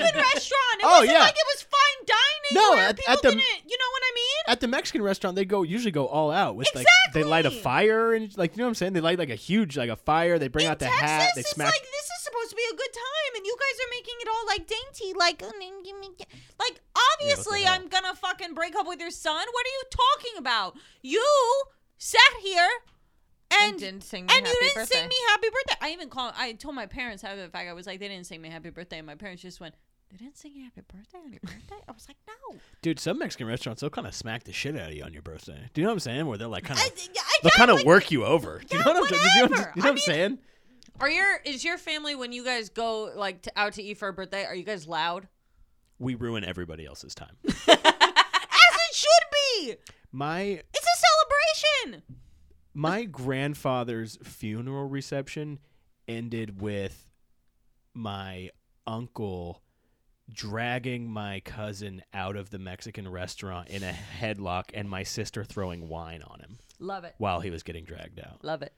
D: restaurant, it
C: Oh,
D: wasn't
C: yeah.
D: like it was fine dining.
C: No,
D: where
C: at-
D: people
C: at the-
D: didn't, you know what I mean?
C: at the Mexican restaurant, they go usually go all out with like they light a
D: Exactly.
C: fire and like you know what I'm saying. They light like a huge like a fire. They bring
D: In
C: out the
D: Texas,
C: hat. They
D: it's
C: smack.
D: like this is supposed to be a good time, and you guys are making it all like dainty, like "Oh, nin- gimme- gi-" like obviously
C: hell?
D: I'm gonna fucking break up with your son. What are you talking about? You sat here and and,
A: didn't sing me
D: you
A: happy
D: didn't
A: birthday.
D: sing me happy birthday. I even called. I told my parents after the fact. I was like, they didn't sing me happy birthday, and my parents just went. They didn't sing you happy birthday on your birthday. I was like, no.
C: Dude, some Mexican restaurants they'll kind of smack the shit out of you on your birthday. Do you know what I'm saying? Where they'll like kind of
D: I, I,
C: they'll
D: I-
C: kind of
D: like,
C: work you over. Do you know what I'm saying? Do you know what I'm- do you know what I'm saying?
A: Are your is your family when you guys go like to, out to eat for a birthday? Are you guys loud?
C: we ruin everybody else's time.
E: As it should be.
C: My
E: It's a celebration.
C: my grandfather's funeral reception ended with my uncle dragging my cousin out of the Mexican restaurant in a headlock and my sister throwing wine on him
D: Love it.
C: while he was getting dragged out.
D: Love it.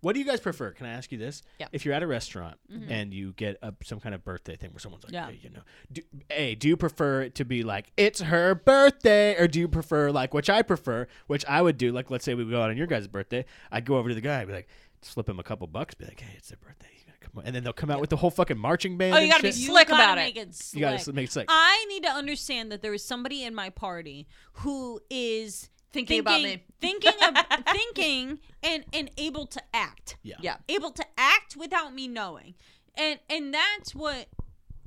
C: What do you guys prefer? Can I ask you this?
D: Yeah.
C: If you're at a restaurant and you get a, some kind of birthday thing where someone's like,
D: Yeah.
C: hey, you know, do, hey, do you prefer it to be like, it's her birthday? Or do you prefer, like, which I prefer, which I would do, like, let's say we go out on your guys' birthday, I'd go over to the guy, I'd be like, slip him a couple bucks, be like, hey, it's their birthday. You gotta come on. And then they'll come out with the whole fucking marching band.
A: Oh, you
C: and
A: gotta be
C: shit.
A: You Slick
D: gotta
A: about it.
D: make it. Uh,
C: You gotta
D: slick.
C: sl- make it slick.
D: I need to understand that there is somebody in my party who is
A: Thinking about me.
D: thinking, of, thinking, and and able to act.
C: yeah.
A: Yeah.
D: able to act without me knowing and and that's what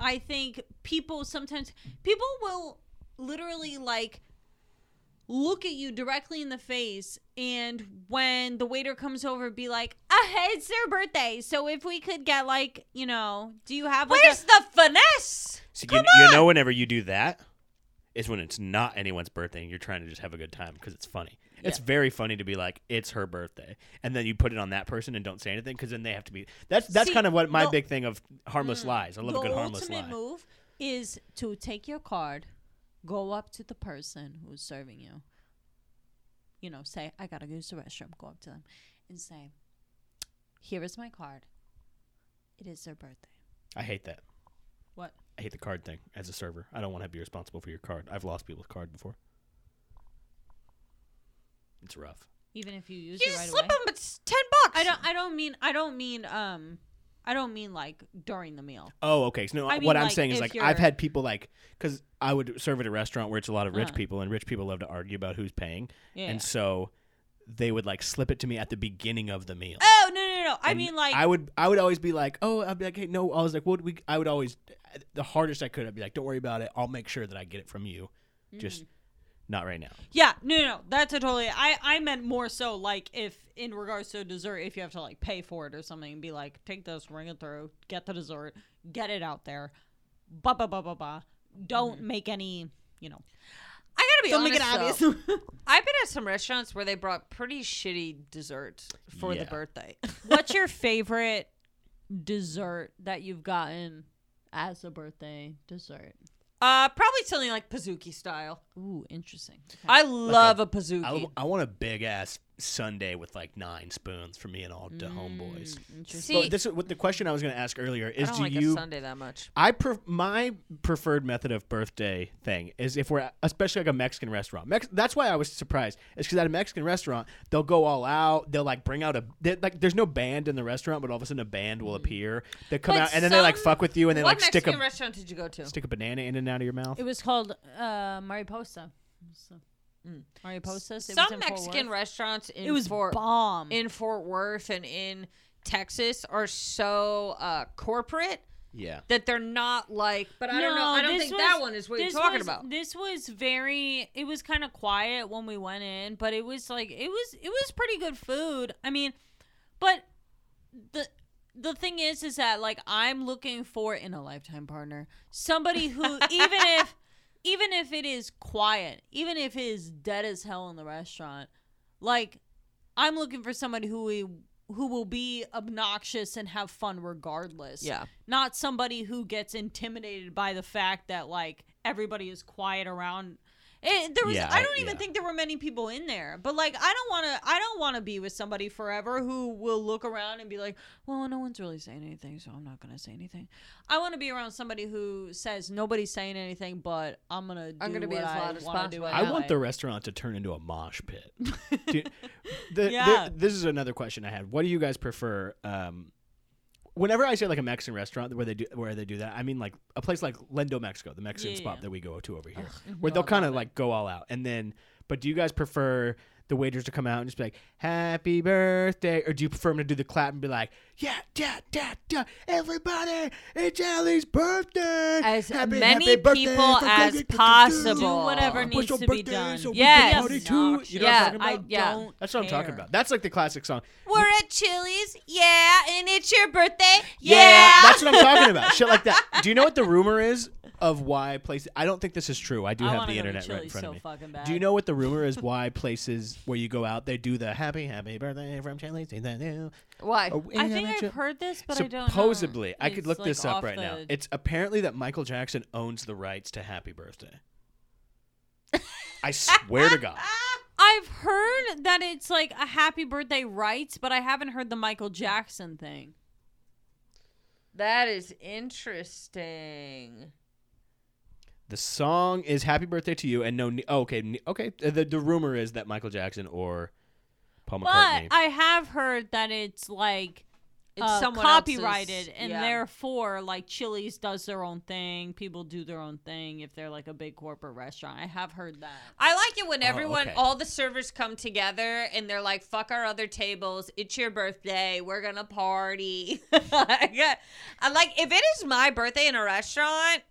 D: i think people sometimes people will literally like look at you directly in the face and when the waiter comes over be like uh, it's their birthday so if we could get like you know do you have like
A: Where's
D: a-
A: the finesse?
C: So you, you know, whenever you do that, is when it's not anyone's birthday and you're trying to just have a good time because it's funny. It's very funny to be like, it's her birthday, and then you put it on that person and don't say anything because then they have to be. That's that's
D: See,
C: kind of what my
D: the- Mm,
C: big thing of harmless lies. I love a good
D: the
C: harmless
D: ultimate
C: lie.
D: move is to take your card go up to the person who's serving you you know say i gotta use the restroom go up to them and say here is my card it is their birthday
C: I hate that.
D: what
C: I hate the card thing as a server. I don't want to be responsible for your card. I've lost people's card before. It's rough.
D: even if you use
A: You
D: it
A: just
D: right
A: slip
D: away
A: them. It's ten bucks.
D: i don't i don't mean i don't mean um i don't mean like during the meal
C: Oh, okay. So no,
D: I
C: what
D: mean,
C: I'm
D: like,
C: saying is
D: if
C: like
D: you're-
C: I've had people like because I would serve at a restaurant where it's a lot of rich
D: Uh-huh.
C: people, and rich people love to argue about who's paying,
D: Yeah, yeah.
C: and so they would like slip it to me at the beginning of the meal.
D: oh no no no, no. i
C: And
D: mean like
C: I would I would always be like, oh, I'd be like, hey, no, I was like, what would we? I would always the hardest I could. I'd be like, don't worry about it. I'll make sure that I get it from you. Just
D: Mm-hmm.
C: not right now.
D: Yeah, no, no, no, that's a totally. I I meant more so like if in regards to dessert, if you have to like pay for it or something, and be like, take this, ring it through, get the dessert, get it out there, ba ba ba ba ba. Don't make any, you know.
A: I gotta be
E: Don't
A: honest.
E: make it obvious.
A: though. I've been at some restaurants where they brought pretty shitty desserts for
C: Yeah.
A: the birthday.
D: What's your favorite dessert that you've gotten as a birthday dessert?
A: uh, probably something like Pazuki style.
D: Ooh, interesting. Okay.
A: I love
C: a-
A: a, Pazuki.
C: I, I want a big ass Sunday with like nine spoons for me and all the
D: Mm,
C: homeboys.
A: See,
C: But this is what the question I was going to ask earlier
A: I
C: is:
A: don't
C: Do
A: like a
C: you
A: Sunday that much.
C: I pref- my preferred method of birthday thing is if we're at- especially like a Mexican restaurant. Mex- that's why I was surprised. Is because at a Mexican restaurant they'll go all out. They'll like bring out a they- like. There's no band in the restaurant, but all of a sudden a band will appear. They come
A: But
C: out and then they like
A: some-
C: fuck with you and they
A: what
C: like stick
A: Mexican
C: a
A: restaurant did you go to?
C: stick a banana in and out of your mouth.
D: It was called uh, Mariposa. So, Mm. Mariposas. It was
A: some
D: in Fort
A: Mexican
D: Worth.
A: restaurants in
D: It was
A: Fort
D: bomb.
A: in Fort Worth and in Texas are so uh, corporate
C: yeah,
A: that they're not like. But I don't know. I don't
D: this
A: think
D: was-
A: that one is what you're
D: this
A: talking
D: was-
A: about.
D: This was very. It was kind of quiet when we went in, but it was like it was it was pretty good food. I mean, but the the thing is, is that like I'm looking for in a lifetime partner somebody who even if even if it is quiet, even if it is dead as hell in the restaurant, like I'm looking for somebody who we who will be obnoxious and have fun regardless.
A: Yeah.
D: Not somebody who gets intimidated by the fact that like everybody is quiet around. It, there was
C: Yeah,
D: I
C: I-
D: don't even
C: yeah.
D: think there were many people in there. But like I don't want to I don't want to be with somebody forever who will look around and be like, "Well, no one's really saying anything, so I'm not going to say anything." I want to be around somebody who says nobody's saying anything, but I'm going to do
A: I'm gonna be
D: what
A: as
D: I
A: loud as
D: wanna do
A: possible.
C: I
A: Yeah.
C: want
D: anyway.
C: the restaurant to turn into a mosh pit. Dude, the-
D: Yeah.
C: the- this is another question I had. What do you guys prefer? Um, whenever I say like a Mexican restaurant where they do where they do that, I mean like a place like Lendo Mexico, the Mexican
D: Yeah,
C: spot
D: yeah.
C: that we go to over here, where they'll kind of like go all out. And then, but do you guys prefer the waiters to come out and just be like "Happy Birthday," or do you prefer them to do the clap and be like "Yeah, yeah, yeah, yeah, everybody, it's Allie's birthday."
A: As
C: Happy,
A: many
C: happy birthday
A: people
C: from-
A: as possible.
D: do whatever
C: What's
D: needs
C: your
D: to be
C: birthday?
D: done.
C: So we
A: Yes.
C: can party too. You know what I'm
A: Yeah,
C: talking about?
D: I
A: Yeah.
D: don't.
C: That's what I'm talking
D: care.
C: about. That's like the classic song.
A: We're at Chili's, yeah, and it's your birthday,
C: That's what I'm talking about. Shit like that. Do you know what the rumor is? of why places. I don't think this is true. I do
D: I
C: have
D: wanna
C: the
D: go to
C: internet right in
D: Chili's
C: front
D: so
C: of me.
D: fucking
C: Do you
D: bad.
C: know what the rumor is? Why places where you go out they do the happy happy birthday from Chili's? to the new-
A: Why?
C: Oh, yeah,
D: I think
C: that
D: I've
C: you-
D: heard this, but I don't. know.
C: Supposedly, I could
D: It's,
C: look
D: like,
C: this up
D: off
C: right now.
D: the-
C: It's apparently that Michael Jackson owns the rights to Happy Birthday. I swear to God.
D: I've heard that it's like a happy birthday rights, but I haven't heard the Michael Jackson thing.
A: That is interesting.
C: The song is "Happy Birthday to You" and no. Ne- oh, okay, ne- okay. The the rumor is that Michael Jackson or Paul
D: But
C: McCartney.
D: I have heard that it's like
A: It's
D: uh,
A: someone
D: copyrighted,
A: else's-
D: and
A: yeah.
D: therefore, like Chili's does their own thing. People do their own thing if they're like a big corporate restaurant. I have heard that.
A: I like it when
D: Oh,
A: everyone,
C: okay.
A: all the servers come together and they're like, fuck our other tables. It's your birthday. We're going to party. I like, if it is my birthday in a restaurant,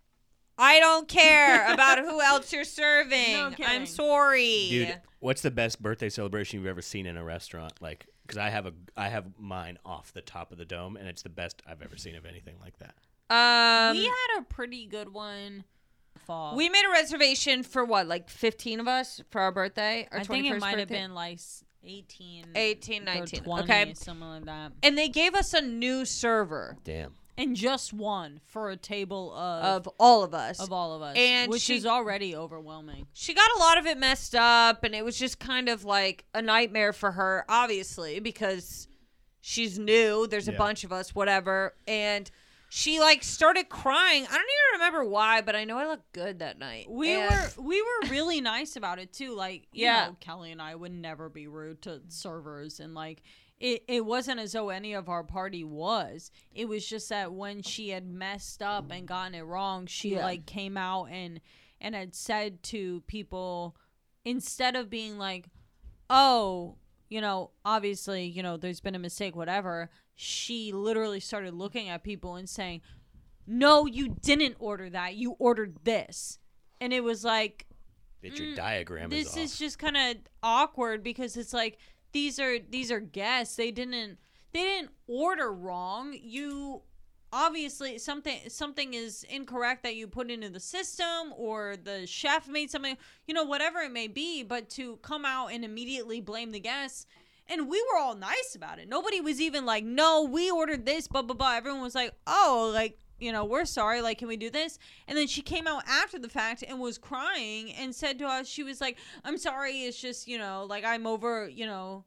A: I don't care about who else you're serving.
D: No
A: I'm
D: kidding.
A: sorry.
C: Dude, what's the best birthday celebration you've ever seen in a restaurant? Like, because I have a I have mine off the top of the dome, and it's the best I've ever seen of anything like that.
A: Um,
D: we had a pretty good one. Fall.
A: we made a reservation for what, like 15 of us for our birthday? Our
D: I think it
A: 21st
D: might have
A: birthday?
D: been like s- 18,
A: 18,
D: or
A: 19,
D: 20,
A: okay.
D: something like that.
A: And they gave us a new server
C: Damn.
D: And just one for a table of
A: of all of us.
D: of all of us,
A: And
D: which
A: she-
D: is already overwhelming.
A: she got a lot of it messed up and it was just kind of like a nightmare for her obviously because she's new there's a
C: Yeah.
A: bunch of us whatever and she like started crying i don't even remember why but i know i looked good that night
D: We
A: And-
D: were we were really nice about it too. Like you
A: Yeah.
D: know, Kelly and I would never be rude to servers and like it, it wasn't as though any of our party was. It was just that when she had messed up and gotten it wrong, she
A: Yeah.
D: like came out and and had said to people instead of being like, Oh, you know, obviously, you know, there's been a mistake, whatever, she literally started looking at people and saying, no, you didn't order that. You ordered this. And it was like,
C: That your diagram is
D: Mm, this
C: off.
D: is just kind of awkward because it's like these are these are guests. They didn't they didn't order wrong. You obviously something something is incorrect that you put into the system or the chef made something, you know, whatever it may be, but to come out and immediately blame the guests and we were all nice about it. Nobody was even like, "No, we ordered this." Blah blah blah. Everyone was like, "Oh, like you know, we're sorry. Like, can we do this?" And then she came out after the fact and was crying and said to us, "She was like, I'm sorry. It's just you know, like I'm over. You know,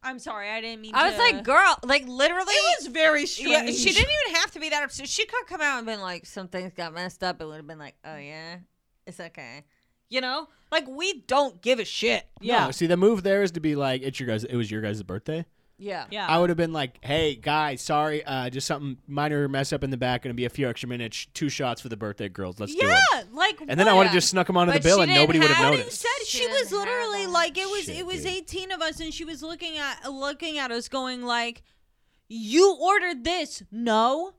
D: I'm sorry. I didn't mean."
A: i was
D: to-
A: like girl like literally
D: It was very strange.
A: yeah, she didn't even have to be that upset. She could have come out and been like, some things got messed up. It would have been like, oh, yeah, it's okay. You know? Like, we don't give a shit.
D: Yeah.
C: No, see, the move there is to be like, it's your guys. It was your guys' birthday.
A: Yeah.
D: yeah.
C: I would have been like, hey guys, sorry, uh, just something minor mess up in the back. Gonna be a few extra minutes. Two shots for the birthday girls. Let's do
D: yeah.
C: it.
D: Like.
C: And then I would have
A: Yeah.
C: just snuck them onto
A: But
C: the bill,
A: she
C: and
A: didn't
C: nobody would
A: have
C: have
A: any
C: noticed.
D: said she
A: Shit,
D: was literally
A: happened.
D: like it was
C: Shit,
D: it was
C: dude.
D: 18 of us and she was looking at looking at us going like you ordered this no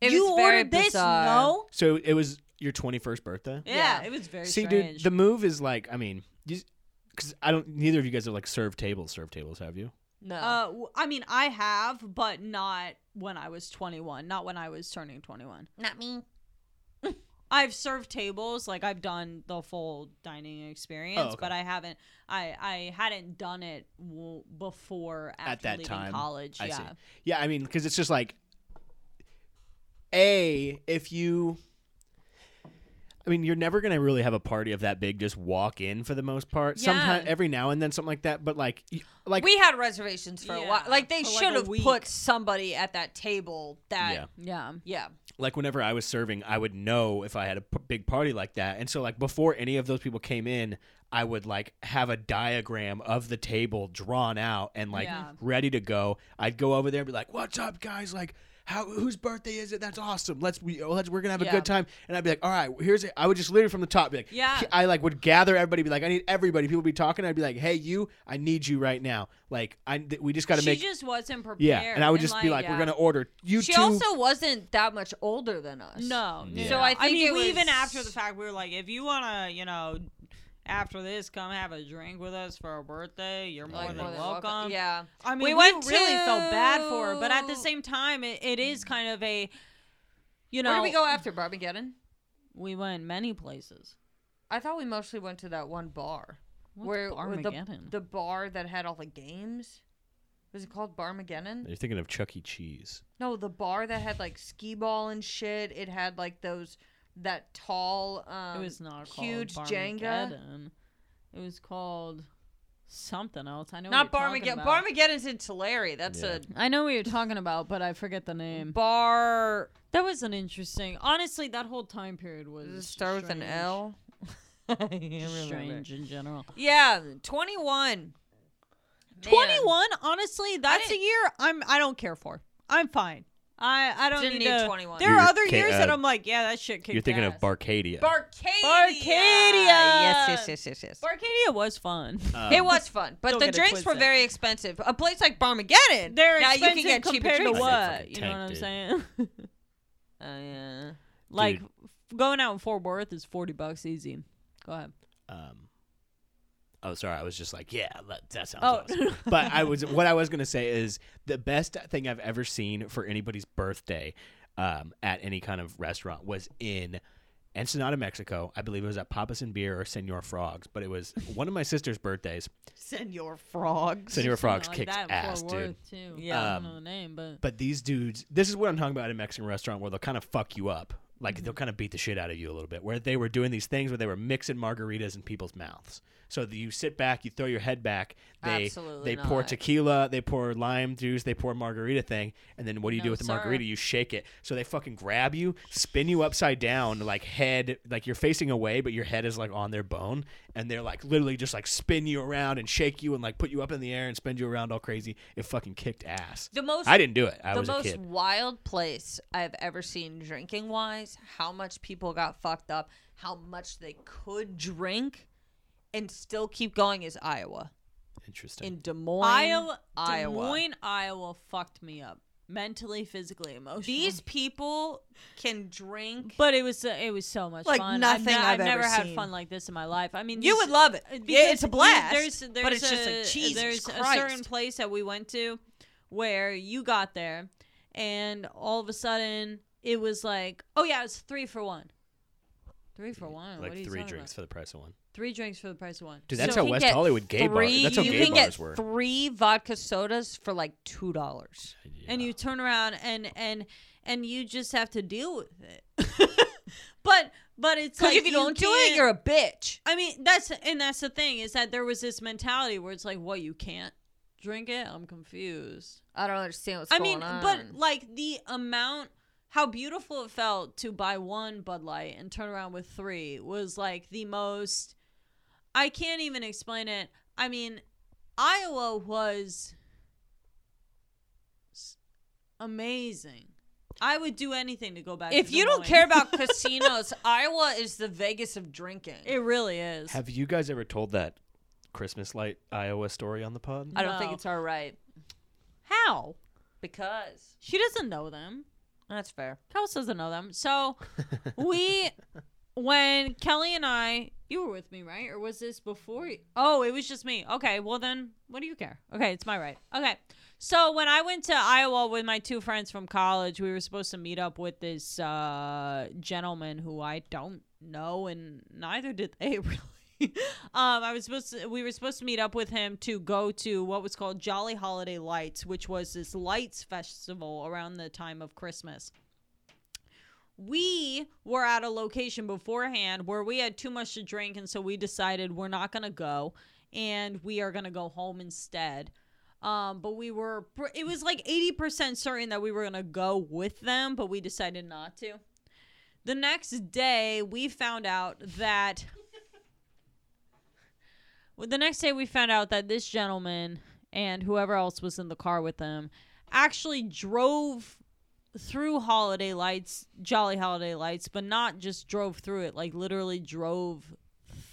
A: It
D: you
A: was very
D: ordered this
A: bizarre.
D: no
C: So it was your 21st birthday.
A: Yeah.
D: it was very
C: See, dude,
D: strange
C: the move is like, I mean, because I don't. Neither of you guys have like served tables. Served tables, have you?
A: No.
D: uh, w- I mean, I have, but not when I was 21, not when I was turning 21.
A: Not me.
D: I've served tables, like I've done the full dining experience,
C: Oh, okay.
D: but I haven't, I, I hadn't done it w- before after
C: At that
D: leaving
C: time,
D: college.
C: I
D: yeah,
C: see. Yeah, I mean, because it's just like, a if you. I mean, you're never gonna really have a party of that big just walk in for the most part.
D: Yeah.
C: Sometimes, every now and then, something like that. But like, y- like
A: we had reservations for a while.
D: Yeah,
A: Like they
D: for,
A: should
D: like, a
A: have
D: week.
A: put somebody at that table. That yeah,
C: Yeah.
D: yeah.
C: like whenever I was serving, I would know if I had a p- big party like that. And so like before any of those people came in, I would like have a diagram of the table drawn out and like
D: Yeah.
C: ready to go. I'd go over there and be like, "What's up, guys? Like, how whose birthday is it? That's awesome. Let's we oh, let's we're gonna have a
A: Yeah.
C: good time." And I'd be like, "All right, here's it." I would just literally from the top be like,
D: Yeah.
C: I like would gather everybody, be like, "I need everybody." People would be talking. I'd be like, "Hey, you, I need you right now. Like, I th- we just got to
D: She
C: make."
D: just wasn't prepared.
C: yeah, and I would just be like,
D: yeah.
C: "We're gonna order you
A: She
C: two
A: also wasn't that much older than us.
D: No,
C: Yeah.
A: So I think
D: mean,
A: it
D: we even
A: was-
D: after the fact, we were like, if you wanna, you know, after this, come have a drink with us for our birthday. You're more
A: Like,
D: than
A: more than
D: welcome.
A: Yeah.
D: I mean,
A: We
D: we,
A: went
D: really felt bad
A: to-
D: for her, but at the same time, it, it is kind of a, you know,
A: Where do we go after Barbageddon?
D: We went many places.
A: I thought we mostly went to that one bar.
D: What's
A: where where the,
D: Barmageddon?
A: the bar that had all the games? Was it called Barmageddon?
F: You're thinking of Chuck E. Cheese.
A: No, the bar that had like skee ball and shit. It had like those that tall um
D: it was not called
A: huge Jenga.
D: Barmageddon. It was called something else. I know
A: Not
D: what you're talking
A: Barmageddon.
D: about.
A: Barmageddon's in Tulare. That's
F: Yeah.
D: I know what you're talking about, but I forget the
A: a
D: name.
A: bar
D: That was an interesting. Honestly, that whole time period was
A: Does it start with an
D: strange.
A: L? I can't remember.
D: Strange in general.
A: Yeah, 21.
D: Twenty one. Honestly, that's a
A: didn't-
D: year I'm. I don't care for. I'm fine. I I don't
A: Didn't
D: need,
A: need
D: to-
A: 21.
D: There are
C: You're
D: other
C: ca-
D: years that
C: uh,
D: I'm like, yeah, that shit.
C: You're
D: kicked
C: thinking of
D: ass.
C: Barcadia.
A: Barcadia.
D: Barcadia.
A: Yes, yes, yes, yes, yes.
D: Barcadia was fun.
C: Um,
A: it was fun, but
D: Don't
A: the
D: get it
A: drinks were
D: twisted.
A: very expensive. A place like Barmageddon,
D: They're
A: now
D: expensive
A: you can get cheaper
D: compared to
A: drinks.
D: what?
F: fucking
D: You know what I'm saying?
F: tanked,
A: Oh, yeah.
D: like f- going out in Fort Worth is forty bucks easy. Go ahead.
C: um oh sorry i was just like yeah that, that sounds
D: Oh.
C: awesome but i was what i was going to say is the best thing i've ever seen for anybody's birthday um, at any kind of restaurant was in ensenada mexico i believe it was at papas and beer or senor frogs but it was one of my sister's birthdays
A: Senor Frogs.
C: senor frogs
D: Something like
C: kicks
D: Oh, that in
C: ass
D: Fort
C: dude
D: Worth, too.
A: Yeah.
D: I
C: Um,
D: don't know the name, but
C: but these dudes, this is what I'm talking about at a Mexican restaurant where they'll kind of fuck you up. Like they'll kind of beat the shit out of you a little bit. Where they were doing these things where they were mixing margaritas in people's mouths. So that you sit back, you throw your head back. They
A: Absolutely
C: they pour
A: not.
C: tequila, they pour lime juice, they pour margarita thing, and then what do you
D: No,
C: do with the
D: sir.
C: margarita? You shake it. So they fucking grab you, spin you upside down, like head, like you're facing away, but your head is like on their bone, and they're like literally just like spin you around and shake you and like put you up in the air and spin you around all crazy. It fucking kicked ass.
A: The most
C: I didn't do it. I
A: the
C: was a
A: most
C: kid.
A: wild place I've ever seen drinking wise, how much people got fucked up, how much they could drink and still keep going is Iowa.
F: Interesting.
A: In Des Moines,
D: Iowa,
A: Iowa.
D: Des Moines, Iowa fucked me up mentally, physically, emotionally.
A: These people can drink.
D: but it was uh, it was so much
A: Like
D: fun.
A: nothing I've ever
D: never had
A: seen.
D: fun like this in my life. I mean,
A: you
D: these-
A: would love it.
D: Uh,
A: Yeah,
D: because
A: it's a
D: you-
A: blast.
D: There's, there's
A: but it's
D: a,
A: just like Jesus
D: There's
A: Christ.
D: a certain place that we went to where you got there, and all of a sudden it was like, oh yeah, it's three for one. Three for one. what are
F: like
D: you
F: three
D: talking
F: drinks
D: About?
F: for the price of one.
D: Three drinks for the price of one.
C: Dude, that's
A: So you
C: how
A: can
C: West
A: get
C: Hollywood gay bars.
A: three-
C: That's how
A: you
C: gay
A: can
C: bars
A: get
C: were.
A: Three vodka sodas for like two dollars.
D: and
F: Yeah.
D: you turn around and and and you just have to deal with it. but but it's
A: Because
D: like
A: if you, don't do it,
D: can't-
A: you're a bitch.
D: I mean, that's and that's the thing is that there was this mentality where it's like, what you can't drink it. I'm confused.
A: I don't understand what's
D: I
A: going
D: mean,
A: on.
D: but like the amount, how beautiful it felt to buy one Bud Light and turn around with three was like the most. I can't even explain it. I mean, Iowa was s- amazing. I would do anything to go back.
A: if
D: to Des
A: you don't
D: Moines.
A: care about casinos, Iowa is the Vegas of drinking.
D: it really is.
F: Have you guys ever told that Christmas light Iowa story on the pod?
A: I don't think
D: No.
A: it's all right
D: How
A: because
D: she doesn't know them.
A: that's fair.
D: Kels doesn't know them. So we, when Kelly and I, you were with me, right? Or was this before? You? Oh, it was just me. Okay. Well, then what do you care? Okay. It's my right. Okay. So when I went to Iowa with my two friends from college, we were supposed to meet up with this uh, gentleman who I don't know, and neither did they really. um, I was supposed to, we were supposed to meet up with him to go to what was called Jolly Holiday Lights, which was this lights festival around the time of Christmas we were at a location beforehand where we had too much to drink and so we decided we're not going to go and we are going to go home instead um, but we were pr- it was like 80% certain that we were going to go with them but we decided not to the next day we found out that well, the next day we found out that this gentleman and whoever else was in the car with them actually drove through holiday lights, jolly holiday lights, but not just drove through it, like literally drove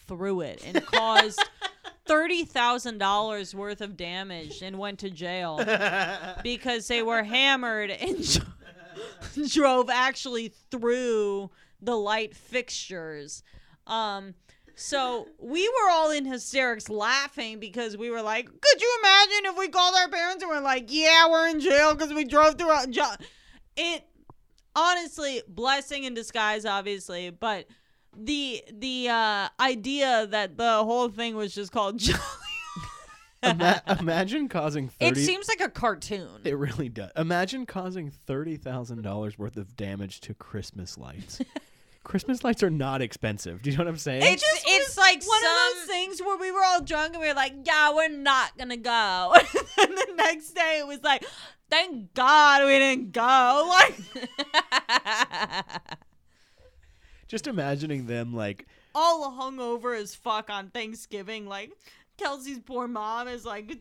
D: through it and caused thirty thousand dollars worth of damage and went to jail because they were hammered and dro- drove actually through the light fixtures. Um so we were all in hysterics laughing because we were like, could you imagine if we called our parents and we're like, yeah, we're in jail because we drove through a jo-" it
E: honestly blessing in disguise obviously but the the uh idea that the whole thing was just called jolly
C: Ima- imagine causing
A: It
C: 30
A: seems like a cartoon.
C: It really does. Imagine causing $30,000 worth of damage to Christmas lights. Christmas lights are not expensive. Do you know what I'm saying?
A: It's it's like
E: one
A: some
E: of those things where we were all drunk and we were like yeah we're not gonna go and then the next day it was like thank god we didn't go like
C: Just imagining them like
E: all hungover as fuck on Thanksgiving. Like Kelsey's poor mom is like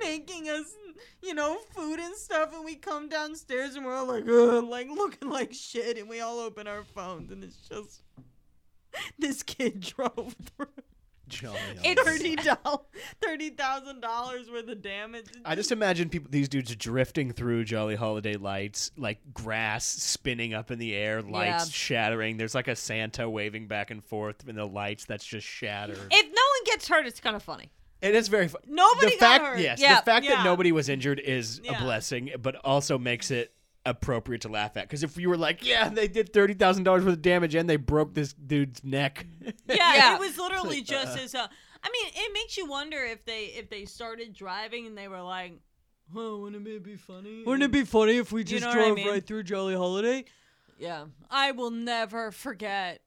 E: making us, you know, food and stuff, and we come downstairs and we're all like, Ugh, like looking like shit, and we all open our phones, and it's just this kid drove through
C: jolly
A: It's-
C: old-
E: thirty dollars, thirty thousand dollars worth of damage.
C: I just imagine people these dudes drifting through jolly holiday lights, like grass spinning up in the air, lights
A: Yeah.
C: shattering. There's like a Santa waving back and forth in the lights that's just shattered.
A: if no one gets hurt, it's kind of funny.
C: It is very fun.
E: Nobody
C: the
E: got
C: fact,
E: hurt.
C: Yes,
A: Yeah,
C: the fact
E: yeah.
C: that nobody was injured is
E: Yeah.
C: a blessing, but also makes it appropriate to laugh at. Because if you were like, "Yeah, they did thirty thousand dollars worth of damage and they broke this dude's neck,"
E: yeah,
A: Yeah.
E: it was literally just as uh, I mean, it makes you wonder if they if they started driving and they were like, "Huh, wouldn't it be funny? Wouldn't it be funny if we just drove right through Jolly Holiday?" Yeah, I will never forget.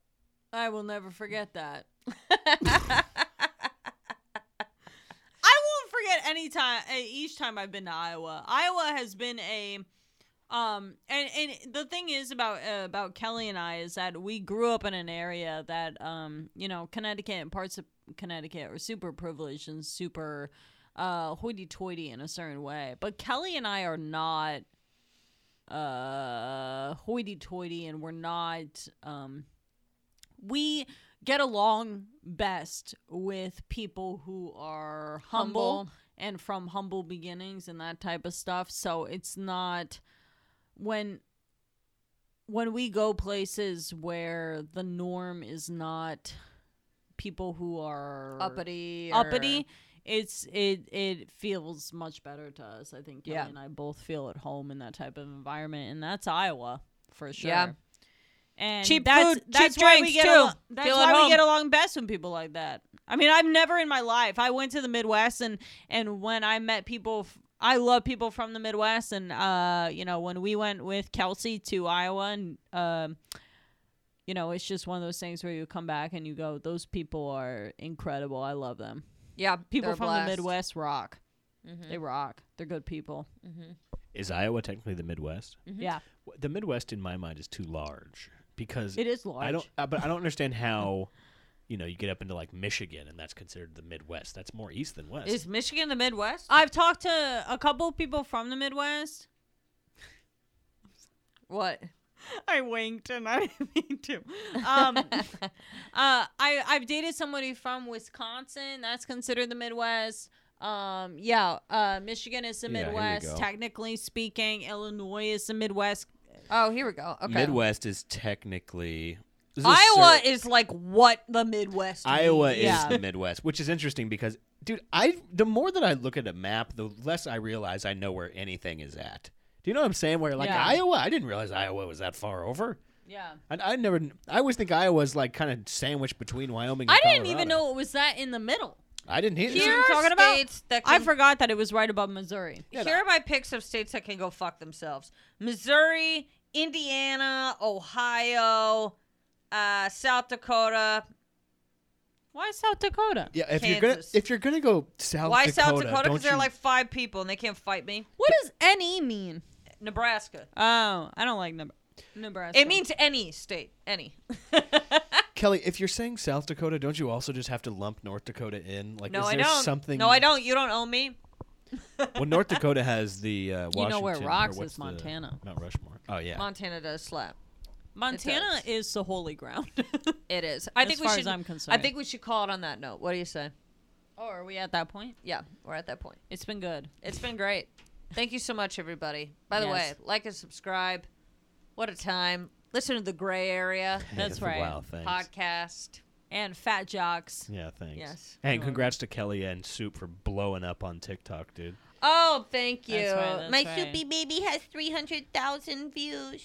E: I will never forget that. I won't forget any time. eh, Each time I've been to Iowa, Iowa has been a um and and the thing is about uh, about Kelly and I is that we grew up in an area that um you know Connecticut and parts of Connecticut are super privileged and super uh hoity-toity in a certain way but Kelly and I are not uh hoity-toity and we're not um we get along best with people who are humble.
G: Humble.
E: and from humble beginnings and that type of stuff so it's not when when we go places where the norm is not people who are
A: Uppity, or-
E: uppity it's it it feels much better to us i think Kelly
A: Yeah.
E: and i both feel at home in that type of environment and that's iowa for sure
A: Yeah.
E: and
A: Cheap
E: that's,
A: food, cheap
E: that's why we
A: drinks,
E: get
A: too.
E: along, that's
A: Feel at
E: why we
A: home.
E: get along best with people like that i mean i've never in my life i went to the midwest and and when i met people f- i love people from the midwest and uh you know when we went with kelsey to iowa and um you know it's just one of those things where you come back and you go those people are incredible i love them
A: Yeah,
E: people
A: they're Mm-hmm. a
E: from
A: blast.
E: the midwest rock they rock they're good people
C: is Iowa technically the Midwest?
A: Mm-hmm.
E: yeah
C: W- The Midwest, in my mind, is too large because
E: it is large
C: I don't, uh, but I don't understand how. You know, you get up into like Michigan, and that's considered the Midwest. That's more east than west.
A: Is Michigan the Midwest?
E: i've talked to a couple of people from the midwest
A: what?
E: I winked and I didn't mean to. Um, uh, I I've dated somebody from Wisconsin. That's considered the Midwest. Um, yeah, uh, Michigan is the
C: Yeah, here we
E: Midwest,
C: go.
E: technically speaking. Illinois is the Midwest.
A: Oh, here we go. Okay.
C: Midwest is technically this is
A: Iowa
C: cer-
A: is like what the Midwest.
C: Iowa is
E: Yeah.
C: the Midwest, which is interesting because, dude, I the more that I look at a map, the less I realize I know where anything is at. Do you know what I'm saying? Where like
E: Yeah.
C: Iowa, I didn't realize Iowa was that far over.
E: Yeah,
C: I, I never, I always think Iowa's like kind of sandwiched between Wyoming.
E: I
C: and
E: didn't
C: Colorado.
E: even know it was that in the middle.
C: I didn't hear.
A: Here are
E: talking about?
A: states that
E: I
A: can
E: forgot that it was right above Missouri.
C: Yeah,
A: Here are my picks of states that can go fuck themselves: Missouri, Indiana, Ohio, uh, South Dakota.
E: Why South Dakota?
C: yeah, if you're gonna
A: Kansas.
C: if you're gonna go South
A: Why
C: Dakota,
A: South Dakota?
C: don't
A: Because there
C: you-
A: are like five people and they can't fight me.
E: What does any mean?
A: Nebraska.
E: Oh, I don't like Neb- Nebraska.
A: It means any state, any.
C: Kelly. If you're saying South Dakota, don't you also just have to lump North Dakota in? Like,
A: No,
C: is
A: I
C: there
A: don't.
C: something?
A: No, I don't. You don't own me.
C: Well, North Dakota has the uh,
E: You know where
C: Washington, or
E: rocks
C: what's
E: is
C: the-
E: Montana.
C: Mount Rushmore. Oh yeah.
A: Montana does slap.
E: Montana
A: does.
E: is the holy ground.
A: It is. I
E: As
A: think we
E: far
A: should.
E: as I'm
A: I
E: concerned.
A: think we should call it on that note. What do you say?
E: oh, are we at that point?
A: Yeah, we're at that point.
E: It's been good.
A: It's been great. Thank you so much, everybody. By the
E: Yes.
A: way, like and subscribe. What a time! Listen to the Gray Area
E: That's right.
C: Wow, thanks.
A: podcast.
E: and fat jocks.
C: yeah, thanks.
A: Yes.
C: And congrats to Kelly and Soup for blowing up on TikTok, dude.
E: Oh, thank you.
A: That's right, that's
E: My
A: right.
E: soupy baby has 300,000 views.